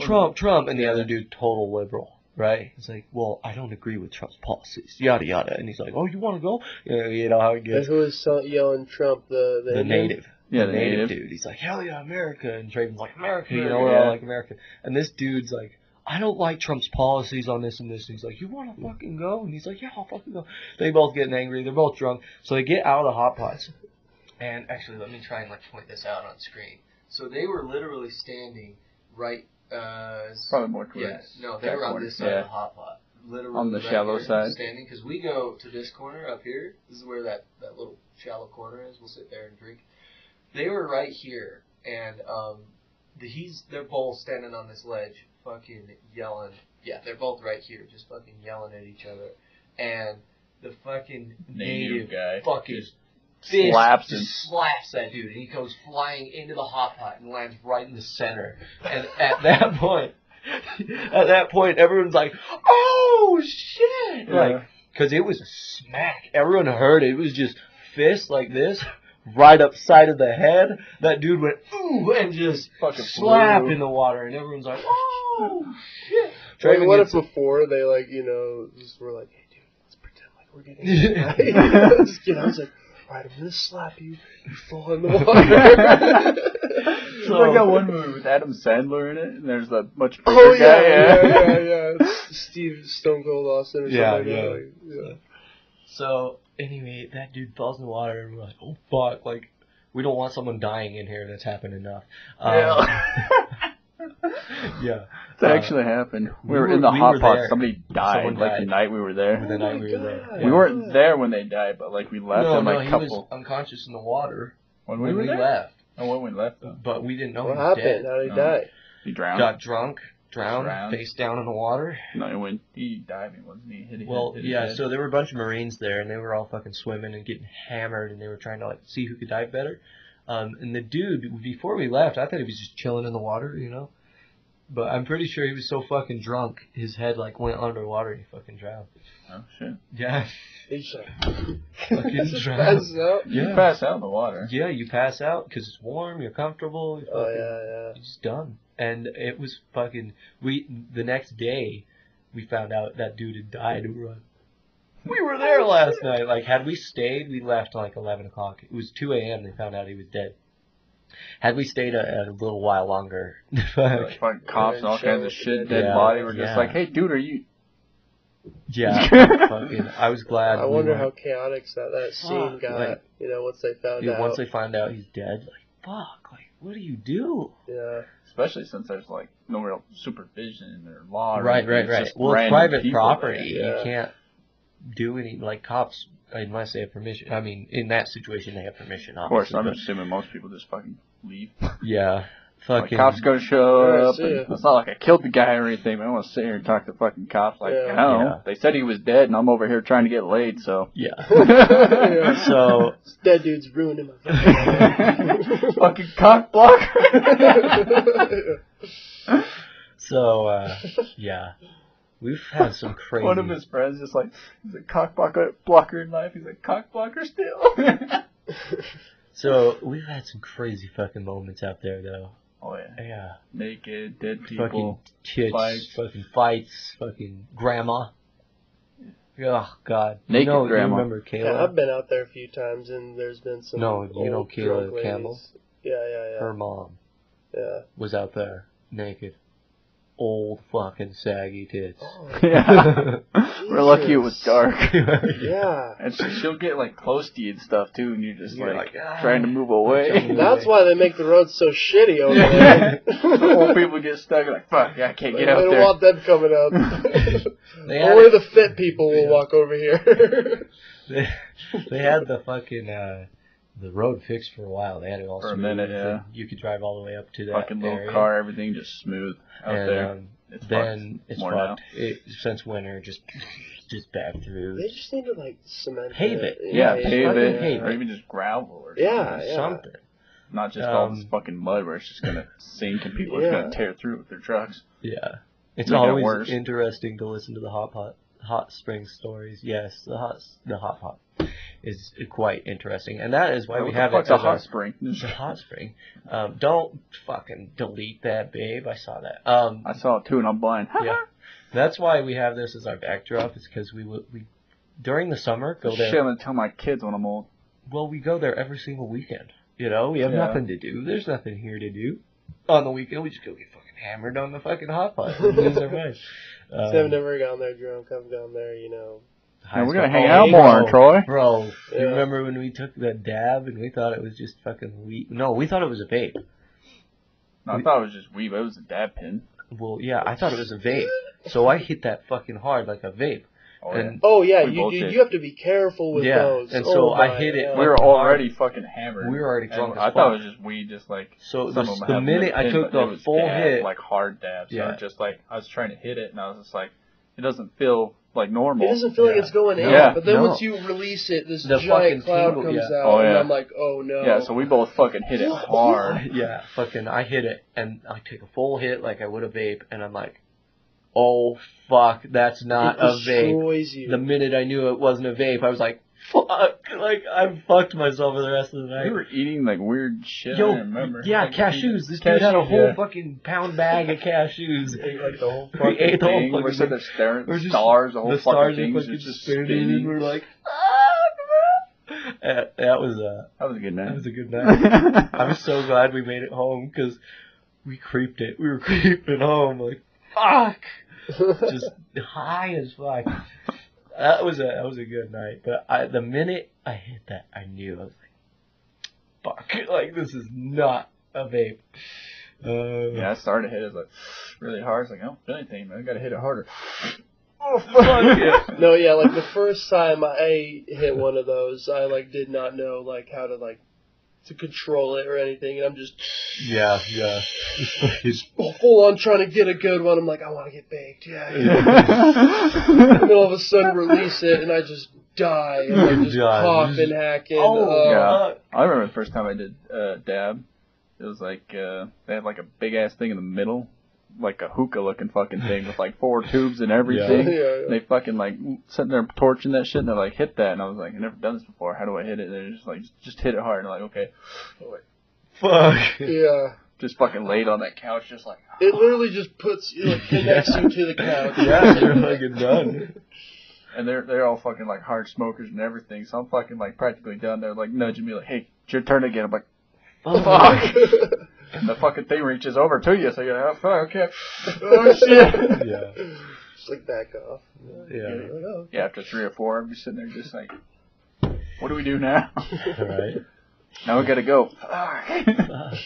Speaker 1: Trump, Trump, and the other dude, total liberal, right? He's like, well, I don't agree with Trump's policies, yada yada. And he's like, oh, you want to go? You know, you know how it
Speaker 3: and
Speaker 1: gets.
Speaker 3: who is so- yelling Trump? The the,
Speaker 1: The
Speaker 3: Indian?
Speaker 1: native.
Speaker 2: Yeah, the
Speaker 1: the native,
Speaker 2: native.
Speaker 1: dude. He's like, hell yeah, America. And Draven's like, America. You know,
Speaker 2: America,
Speaker 1: we're all
Speaker 2: yeah.
Speaker 1: like America. And this dude's like, I don't like Trump's policies on this and this. And he's like, you want to fucking go? And he's like, yeah, I'll fucking go. They both getting angry. They're both drunk. So they get out of the hot pots. And actually, let me try and like point this out on screen. So they were literally standing right. Uh, s-
Speaker 2: Probably more towards.
Speaker 1: yeah, no, they
Speaker 2: that
Speaker 1: were on
Speaker 2: corner.
Speaker 1: this side of
Speaker 2: Yeah.
Speaker 1: the hot pot. Literally
Speaker 2: On the
Speaker 1: right
Speaker 2: shallow
Speaker 1: here,
Speaker 2: side.
Speaker 1: standing because we go to this corner up here. This is where that that little shallow corner is. We'll sit there and drink. They were right here, and um, the, he's they're both standing on this ledge, fucking yelling. Yeah, they're both right here, just fucking yelling at each other, and the fucking
Speaker 2: Native
Speaker 1: native
Speaker 2: guy.
Speaker 1: fucking
Speaker 2: Just
Speaker 1: fist
Speaker 2: slaps
Speaker 1: just
Speaker 2: him.
Speaker 1: slaps that dude, and he goes flying into the hot pot and lands right in the center. And at that point, at that point, everyone's like, "Oh shit!"
Speaker 2: Yeah.
Speaker 1: Like, because it was a smack. Everyone heard it. It was just fist like this, right upside of the head. That dude went ooh and just
Speaker 2: Fucking
Speaker 1: slap
Speaker 2: flew.
Speaker 1: in the water, and everyone's like, "Oh shit!"
Speaker 3: Like,
Speaker 1: Draven
Speaker 3: what if
Speaker 1: gets-
Speaker 3: before they like you know just were like, hey dude, let's pretend like we're getting
Speaker 1: Yeah.
Speaker 3: hit." just get. I was like, all right, I'm gonna slap you. You fall in the water.
Speaker 1: So-
Speaker 2: like that one movie with Adam Sandler in it, and there's that much bigger
Speaker 3: oh yeah,
Speaker 2: guy.
Speaker 3: yeah, yeah, yeah. It's Steve Stone Cold Austin or
Speaker 1: Yeah,
Speaker 3: something.
Speaker 1: yeah.
Speaker 3: Like that. Like, yeah.
Speaker 1: So anyway, that dude falls in the water, and we're like, "Oh fuck!" Like, we don't want someone dying in here. That's happened enough. Um, yeah.
Speaker 2: That
Speaker 1: Uh,
Speaker 2: actually happened. We
Speaker 1: we
Speaker 2: were,
Speaker 1: were-
Speaker 2: in the
Speaker 1: we
Speaker 2: hot
Speaker 1: were
Speaker 2: pot.
Speaker 1: there.
Speaker 2: Somebody died
Speaker 1: Someone
Speaker 2: like the
Speaker 1: died.
Speaker 2: night we were
Speaker 1: With
Speaker 2: there.
Speaker 1: the night
Speaker 3: Oh my
Speaker 1: we were there.
Speaker 3: God.
Speaker 1: Yeah.
Speaker 2: We weren't there when they died, but like we left
Speaker 1: no,
Speaker 2: them
Speaker 1: no,
Speaker 2: like a
Speaker 1: he was
Speaker 2: couple.
Speaker 1: unconscious in the water
Speaker 2: When
Speaker 1: when
Speaker 2: we were
Speaker 1: we
Speaker 2: there?
Speaker 1: left,
Speaker 2: Oh, when we left them.
Speaker 1: but we didn't know
Speaker 3: What
Speaker 1: he was
Speaker 3: happened? How did he
Speaker 2: No.
Speaker 3: die?
Speaker 2: He
Speaker 1: dead.
Speaker 2: drowned.
Speaker 1: Got drunk, drowned,
Speaker 2: Drowned.
Speaker 1: face down in the water.
Speaker 2: No, he went. He diving, wasn't he? Hit, his-
Speaker 1: Well,
Speaker 2: hit his
Speaker 1: yeah.
Speaker 2: head.
Speaker 1: So there were a bunch of Marines there, and they were all fucking swimming and getting hammered, and they were trying to like see who could dive better. Um, and the dude, before we left, I thought he was just chilling in the water, you know. But I'm pretty sure he was so fucking drunk, his head like went underwater and he fucking drowned.
Speaker 2: Oh shit!
Speaker 1: Yeah,
Speaker 3: He's like,
Speaker 1: fucking
Speaker 3: just
Speaker 1: drowned.
Speaker 3: passes out.
Speaker 2: You
Speaker 1: Yeah.
Speaker 2: pass out in the water.
Speaker 1: Yeah, you pass out because it's warm, you're comfortable. you
Speaker 3: Oh
Speaker 1: fucking-
Speaker 3: yeah,
Speaker 1: He's done. And it was fucking. We the next day, we found out that dude had died. We were, like, we were there last night. Like, had we stayed, we left like eleven o'clock. It was two a.m. They found out he was dead. Had we stayed a, a little while longer,
Speaker 2: Like, fucking cops and all kinds of shit. Dead
Speaker 1: Yeah,
Speaker 2: body. We're
Speaker 1: yeah.
Speaker 2: just like, hey, dude, are you?
Speaker 1: yeah, fucking. I was glad.
Speaker 3: yeah. I
Speaker 1: we
Speaker 3: wonder
Speaker 1: were-
Speaker 3: how chaotic that that scene
Speaker 1: Fuck,
Speaker 3: got.
Speaker 1: like-
Speaker 3: you know, once they found
Speaker 1: dude,
Speaker 3: out.
Speaker 1: once they find out he's dead, like fuck, like what do you do?
Speaker 3: yeah.
Speaker 2: Especially since there's like no real supervision or law. or
Speaker 1: Right,
Speaker 2: anything,
Speaker 1: right,
Speaker 2: it's
Speaker 1: right.
Speaker 2: just
Speaker 1: Well, it's
Speaker 2: random
Speaker 1: private
Speaker 2: people
Speaker 1: property.
Speaker 3: yeah.
Speaker 1: You can't do any like cops, unless they have permission. I mean, in that situation, they have permission.
Speaker 2: Of course,
Speaker 1: Obviously,
Speaker 2: I'm
Speaker 1: but-
Speaker 2: assuming most people just fucking leave.
Speaker 1: yeah,
Speaker 2: Like,
Speaker 1: fucking
Speaker 2: cops gonna show
Speaker 3: Yeah,
Speaker 2: up.
Speaker 3: see
Speaker 2: and
Speaker 3: ya.
Speaker 2: it's not like I killed the guy or anything. But I want to sit here and talk to fucking cops. Like,
Speaker 3: Yeah.
Speaker 2: no,
Speaker 1: Yeah.
Speaker 2: they said he was dead, and I'm over here trying to get laid. So
Speaker 1: Yeah.
Speaker 3: Yeah.
Speaker 1: So
Speaker 3: That dude's ruining my fucking life.
Speaker 2: fucking cock blocker.
Speaker 1: so uh, yeah, we've had some crazy.
Speaker 2: One of his friends just like, he's a cock blocker, blocker in life. He's a cock blocker still.
Speaker 1: so we've had some crazy fucking moments out there though.
Speaker 2: oh yeah,
Speaker 1: Yeah,
Speaker 2: naked, dead
Speaker 1: fucking
Speaker 2: people.
Speaker 1: tits,
Speaker 2: fights.
Speaker 1: fucking fights, fucking grandma. Oh God,
Speaker 2: Naked
Speaker 1: you know,
Speaker 2: grandma.
Speaker 1: You remember Kayla?
Speaker 3: yeah, I've been out there a few times, and there's been some.
Speaker 1: No, you know
Speaker 3: old
Speaker 1: Kayla
Speaker 3: drunk ladies.
Speaker 1: Campbell?
Speaker 3: Yeah, yeah, yeah.
Speaker 1: Her mom.
Speaker 3: yeah.
Speaker 1: was out there naked. Old fucking saggy tits.
Speaker 3: Oh,
Speaker 2: Yeah. We're lucky it was
Speaker 3: Jesus.
Speaker 2: dark.
Speaker 3: yeah.
Speaker 2: And she, she'll get like close to you and stuff too, and you're just
Speaker 1: You're
Speaker 2: like,
Speaker 1: like, "Ah."
Speaker 2: trying to move
Speaker 1: Trying
Speaker 2: away.
Speaker 1: to-
Speaker 3: That's why they make the roads so shitty over
Speaker 2: Yeah.
Speaker 3: there.
Speaker 2: Old people get stuck like, fuck, I can't
Speaker 3: They
Speaker 2: get out
Speaker 3: don't
Speaker 2: there.
Speaker 3: want them coming up.
Speaker 1: They had,
Speaker 3: Only the fit people will
Speaker 1: Yeah.
Speaker 3: walk over here.
Speaker 1: they, they had the fucking uh, the road fixed for a while. They had it all
Speaker 2: For a
Speaker 1: smooth.
Speaker 2: minute, yeah.
Speaker 1: You could drive all the way up to that
Speaker 2: Fucking little
Speaker 1: area.
Speaker 2: car, everything just smooth out
Speaker 1: and,
Speaker 2: there.
Speaker 1: Um,
Speaker 2: It's
Speaker 1: then it's
Speaker 2: More
Speaker 1: fucked. It, since winter, just just back
Speaker 3: they
Speaker 1: through
Speaker 3: just need to like cement
Speaker 1: Pave
Speaker 3: it.
Speaker 1: it.
Speaker 2: Yeah,
Speaker 3: just
Speaker 2: pave
Speaker 3: fucking
Speaker 2: it,
Speaker 1: pave
Speaker 2: or
Speaker 1: it.
Speaker 2: even just gravel or
Speaker 3: Yeah,
Speaker 2: something.
Speaker 3: yeah.
Speaker 1: something.
Speaker 2: Not just all this
Speaker 1: Um,
Speaker 2: fucking mud where it's just gonna sink and people are
Speaker 3: Yeah.
Speaker 2: just gonna tear through with their trucks.
Speaker 1: Yeah. It's
Speaker 2: Make it
Speaker 1: always
Speaker 2: worse.
Speaker 1: interesting to listen to the hot pot hot spring stories. Yes, the hot the hot pot is quite interesting, and that is why
Speaker 2: What
Speaker 1: we
Speaker 2: the
Speaker 1: have it
Speaker 2: fuck's a
Speaker 1: as our-
Speaker 2: hot spring?
Speaker 1: It's a hot spring. Um, don't fucking delete that, babe. I saw that. Um,
Speaker 2: I saw it too, and I'm blind.
Speaker 1: yeah, that's why we have this as our backdrop. Is because we would we during the summer go
Speaker 2: Shit, I'm
Speaker 1: there.
Speaker 2: gonna tell my kids when I'm old.
Speaker 1: Well, we go there every single weekend. You know, we have
Speaker 2: Yeah.
Speaker 1: nothing to do. There's nothing here to do. On the weekend, we just go get fucking hammered on the fucking hot pot. and lose our minds.
Speaker 3: See, I've
Speaker 1: Um,
Speaker 3: never gone there drunk. I've gone there, you know.
Speaker 1: high
Speaker 2: And we're
Speaker 1: school-
Speaker 2: gonna hang
Speaker 1: Oh,
Speaker 2: out
Speaker 1: hey,
Speaker 2: more,
Speaker 1: bro.
Speaker 2: Troy.
Speaker 1: Bro,
Speaker 3: Yeah.
Speaker 1: you remember when we took that dab and we thought it was just fucking weed? No, we thought it was a vape.
Speaker 2: No, I thought it was just weeb. It was a dab pin.
Speaker 1: Well, yeah, I thought it was a vape. So I hit that fucking hard like a vape.
Speaker 2: Oh, yeah.
Speaker 1: and
Speaker 3: Oh yeah,
Speaker 2: We
Speaker 3: you,
Speaker 2: both
Speaker 3: you
Speaker 2: did.
Speaker 3: you have to be careful with
Speaker 1: Yeah,
Speaker 3: those.
Speaker 1: and
Speaker 3: Oh,
Speaker 1: so I
Speaker 3: my
Speaker 1: hit it
Speaker 3: God.
Speaker 2: we were already fucking hammered.
Speaker 1: uh, we were already
Speaker 2: And
Speaker 1: drunk
Speaker 2: I
Speaker 1: as
Speaker 2: thought it
Speaker 1: fuck.
Speaker 2: was just weed, just like
Speaker 1: So
Speaker 2: some
Speaker 1: the,
Speaker 2: of them
Speaker 1: the
Speaker 2: have
Speaker 1: minute
Speaker 2: little
Speaker 1: I
Speaker 2: pin,
Speaker 1: took
Speaker 2: but it
Speaker 1: the
Speaker 2: was
Speaker 1: full
Speaker 2: dab,
Speaker 1: hit,
Speaker 2: like hard dab. So
Speaker 1: Yeah.
Speaker 2: just like I was trying to hit it, and I was just like, it doesn't feel like normal.
Speaker 3: It doesn't feel like
Speaker 1: Yeah.
Speaker 3: it's going in,
Speaker 2: Yeah.
Speaker 3: but then
Speaker 1: No.
Speaker 3: once you release it, this
Speaker 1: The fucking
Speaker 3: giant cloud
Speaker 1: tingle,
Speaker 3: comes
Speaker 1: yeah.
Speaker 3: out,
Speaker 2: Oh,
Speaker 3: and
Speaker 2: yeah.
Speaker 3: I'm like, oh no.
Speaker 2: Yeah, so we both fucking hit it hard.
Speaker 1: yeah, fucking, I hit it and I took a full hit like I would a vape, and I'm like, oh fuck, that's not
Speaker 3: it
Speaker 1: a vape.
Speaker 3: destroys you.
Speaker 1: The minute I knew it wasn't a vape, I was like, fuck, like I fucked myself for the rest of the night.
Speaker 2: We were eating like weird shit. I
Speaker 1: Yo,
Speaker 2: remember.
Speaker 1: yeah,
Speaker 2: Like,
Speaker 1: cashews. This
Speaker 2: cashews,
Speaker 1: dude had a whole
Speaker 2: yeah.
Speaker 1: fucking pound bag of cashews.
Speaker 3: Ate, like the whole
Speaker 1: We ate the whole
Speaker 2: thing. We're
Speaker 1: fucking
Speaker 2: sitting
Speaker 1: thing.
Speaker 2: there staring at
Speaker 1: We're
Speaker 2: the
Speaker 1: just-
Speaker 2: stars. The whole
Speaker 1: The
Speaker 2: fucking
Speaker 1: stars are
Speaker 2: thing was
Speaker 1: fucking
Speaker 2: just
Speaker 1: spinning, and
Speaker 2: spinning.
Speaker 1: we're like, ah, bro. Uh, that was a
Speaker 2: That was a good
Speaker 1: that
Speaker 2: night.
Speaker 1: was a good night. I was so glad we made it home because we creeped it. We were creeping home like fuck, just high as fuck. That was a that was a good night. But I, the minute I hit that, I knew I was like, fuck, like this is not a vape. Uh,
Speaker 2: Yeah, I started to hit it like really hard. It's like I don't feel anything, man. I gotta hit it harder.
Speaker 1: Oh, fuck
Speaker 2: yeah.
Speaker 3: No, yeah, like the first time I hit one of those, I like did not know like how to like to control it or anything, and I'm just
Speaker 1: Yeah, yeah. It's fucking-
Speaker 3: full on trying to get a good one. I'm like, I want to get baked, yeah. yeah. And then
Speaker 2: oh
Speaker 3: all of a sudden, release it, and I just die, and I'm just
Speaker 1: God.
Speaker 3: coughing, hacking.
Speaker 1: oh,
Speaker 3: uh,
Speaker 2: yeah. I remember the first time I did uh, dab. It was like uh, they had like a big ass thing in the middle, like a hookah looking fucking thing with like four tubes and everything.
Speaker 3: yeah.
Speaker 2: And they fucking like sitting there torching that shit, and they're like, hit that, and I was like, I never done this before. How do I hit it? And they're just like, just hit it hard. And I'm like, okay,
Speaker 1: fuck.
Speaker 3: Yeah,
Speaker 2: just fucking laid on that couch, just like,
Speaker 3: it literally just puts you like connects you to the couch.
Speaker 1: Yeah, you're fucking done.
Speaker 2: and they're they're all fucking like hard smokers and everything. So I'm fucking like practically done. They're like nudging me, like, hey, it's your turn again. I'm like, fuck. and the fucking thing reaches over to you, so you're like, oh fuck, okay.
Speaker 3: oh shit.
Speaker 1: Yeah,
Speaker 3: Just like back off.
Speaker 1: yeah.
Speaker 3: You're like, oh.
Speaker 2: Yeah, after three or four, I'm just sitting there, just like, what do we do now?
Speaker 1: All right.
Speaker 2: now we gotta go. uh, Fuck.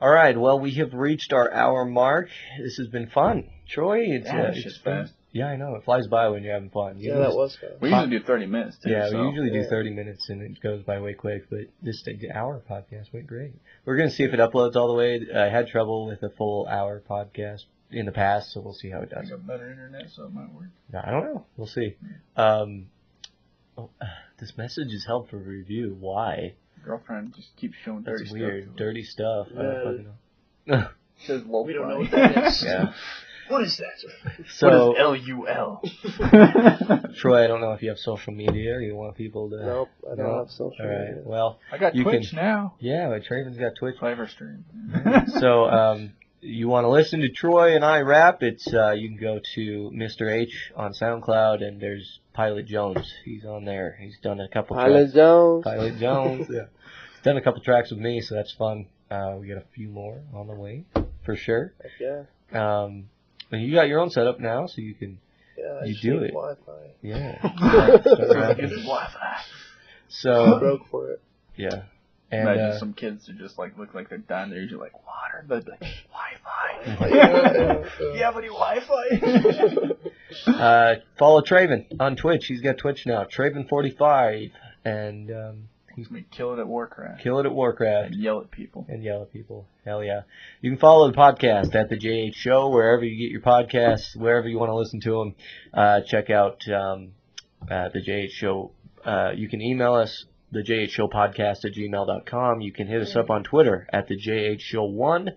Speaker 1: All right. Well, we have reached our hour mark. This has been fun, Troy. It's,
Speaker 2: Yeah,
Speaker 1: uh,
Speaker 2: it's
Speaker 1: it's
Speaker 2: just
Speaker 1: been-
Speaker 2: fast.
Speaker 1: Yeah, I know. It flies by when you're having fun. You
Speaker 3: Yeah,
Speaker 1: know,
Speaker 3: that
Speaker 1: it's-
Speaker 3: was fun.
Speaker 2: We usually do 30 minutes too.
Speaker 1: Yeah,
Speaker 2: so.
Speaker 1: we usually do
Speaker 3: Yeah.
Speaker 1: 30 minutes and it goes by way quick, but this the hour podcast went great. We're going to see if it uploads all the way. I had trouble with a full hour podcast in the past, so we'll see how it
Speaker 2: I
Speaker 1: does.
Speaker 2: got better internet, so it might work.
Speaker 1: I don't know. We'll see. Um, oh, uh, this message is held for review. Why?
Speaker 2: Girlfriend just keeps showing
Speaker 1: That's
Speaker 2: dirty
Speaker 1: weird.
Speaker 2: stuff.
Speaker 1: Dirty stuff. I
Speaker 3: Yeah.
Speaker 1: don't fucking know.
Speaker 2: It says low
Speaker 3: We don't know
Speaker 2: fly.
Speaker 3: what that is.
Speaker 1: Yeah.
Speaker 3: What is that?
Speaker 1: So,
Speaker 2: L U L?
Speaker 1: Troy, I don't know if you have social media or you want people to.
Speaker 3: Nope, I don't
Speaker 1: No.
Speaker 3: have social
Speaker 1: All
Speaker 3: media.
Speaker 1: right. Well,
Speaker 2: I got
Speaker 1: You
Speaker 2: Twitch now.
Speaker 1: yeah, but Traven's got Twitch.
Speaker 2: Flavor stream.
Speaker 1: so um, you want to listen to Troy and I rap? It's uh, you can go to Mr. H on SoundCloud and there's Pilot Jones. He's on there. He's done a couple. tracks.
Speaker 3: Jones.
Speaker 1: Pilot Jones. yeah, he's done a couple tracks with me, so that's fun. Uh, we got a few more on the way for sure.
Speaker 3: Yeah.
Speaker 1: Um, and you got your own setup now, so you can
Speaker 3: Yeah, I
Speaker 1: You
Speaker 3: just
Speaker 1: do
Speaker 3: need
Speaker 1: it.
Speaker 3: Wi-Fi.
Speaker 1: yeah.
Speaker 2: Sounds like it's Wi-Fi.
Speaker 3: I
Speaker 1: So
Speaker 3: broke for it.
Speaker 1: yeah, and
Speaker 2: Imagine
Speaker 1: uh,
Speaker 2: some kids who just like look like they're dying. They're usually like water, but like Wi-Fi.
Speaker 3: Yeah, yeah,
Speaker 2: Do you have any Wi-Fi?
Speaker 1: uh, follow Traven on Twitch. He's got Twitch now, Traven45, and um,
Speaker 2: He's gonna kill it at Warcraft
Speaker 1: kill it at Warcraft.
Speaker 2: and yell at people.
Speaker 1: and yell at people. Hell yeah. You can follow the podcast at the JH Show, wherever you get your podcasts, wherever you want to listen to them. Uh, check out um, uh, the JH Show. Uh, you can email us, the JH Show podcast at gmail.com. You can hit us up on Twitter at the JH Show 1.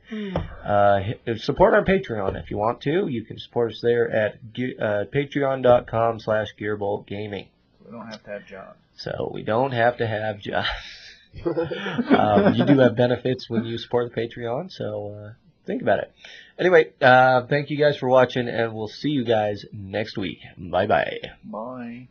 Speaker 1: Uh, hit- support our Patreon if you want to. You can support us there at ge- uh, patreon.com slash Gearbolt Gaming.
Speaker 2: We don't have to have jobs.
Speaker 1: So we don't have to have jobs. um, you do have benefits when you support the Patreon, so uh, think about it. Anyway, uh, thank you guys for watching, and we'll see you guys next week. Bye bye.
Speaker 2: Bye.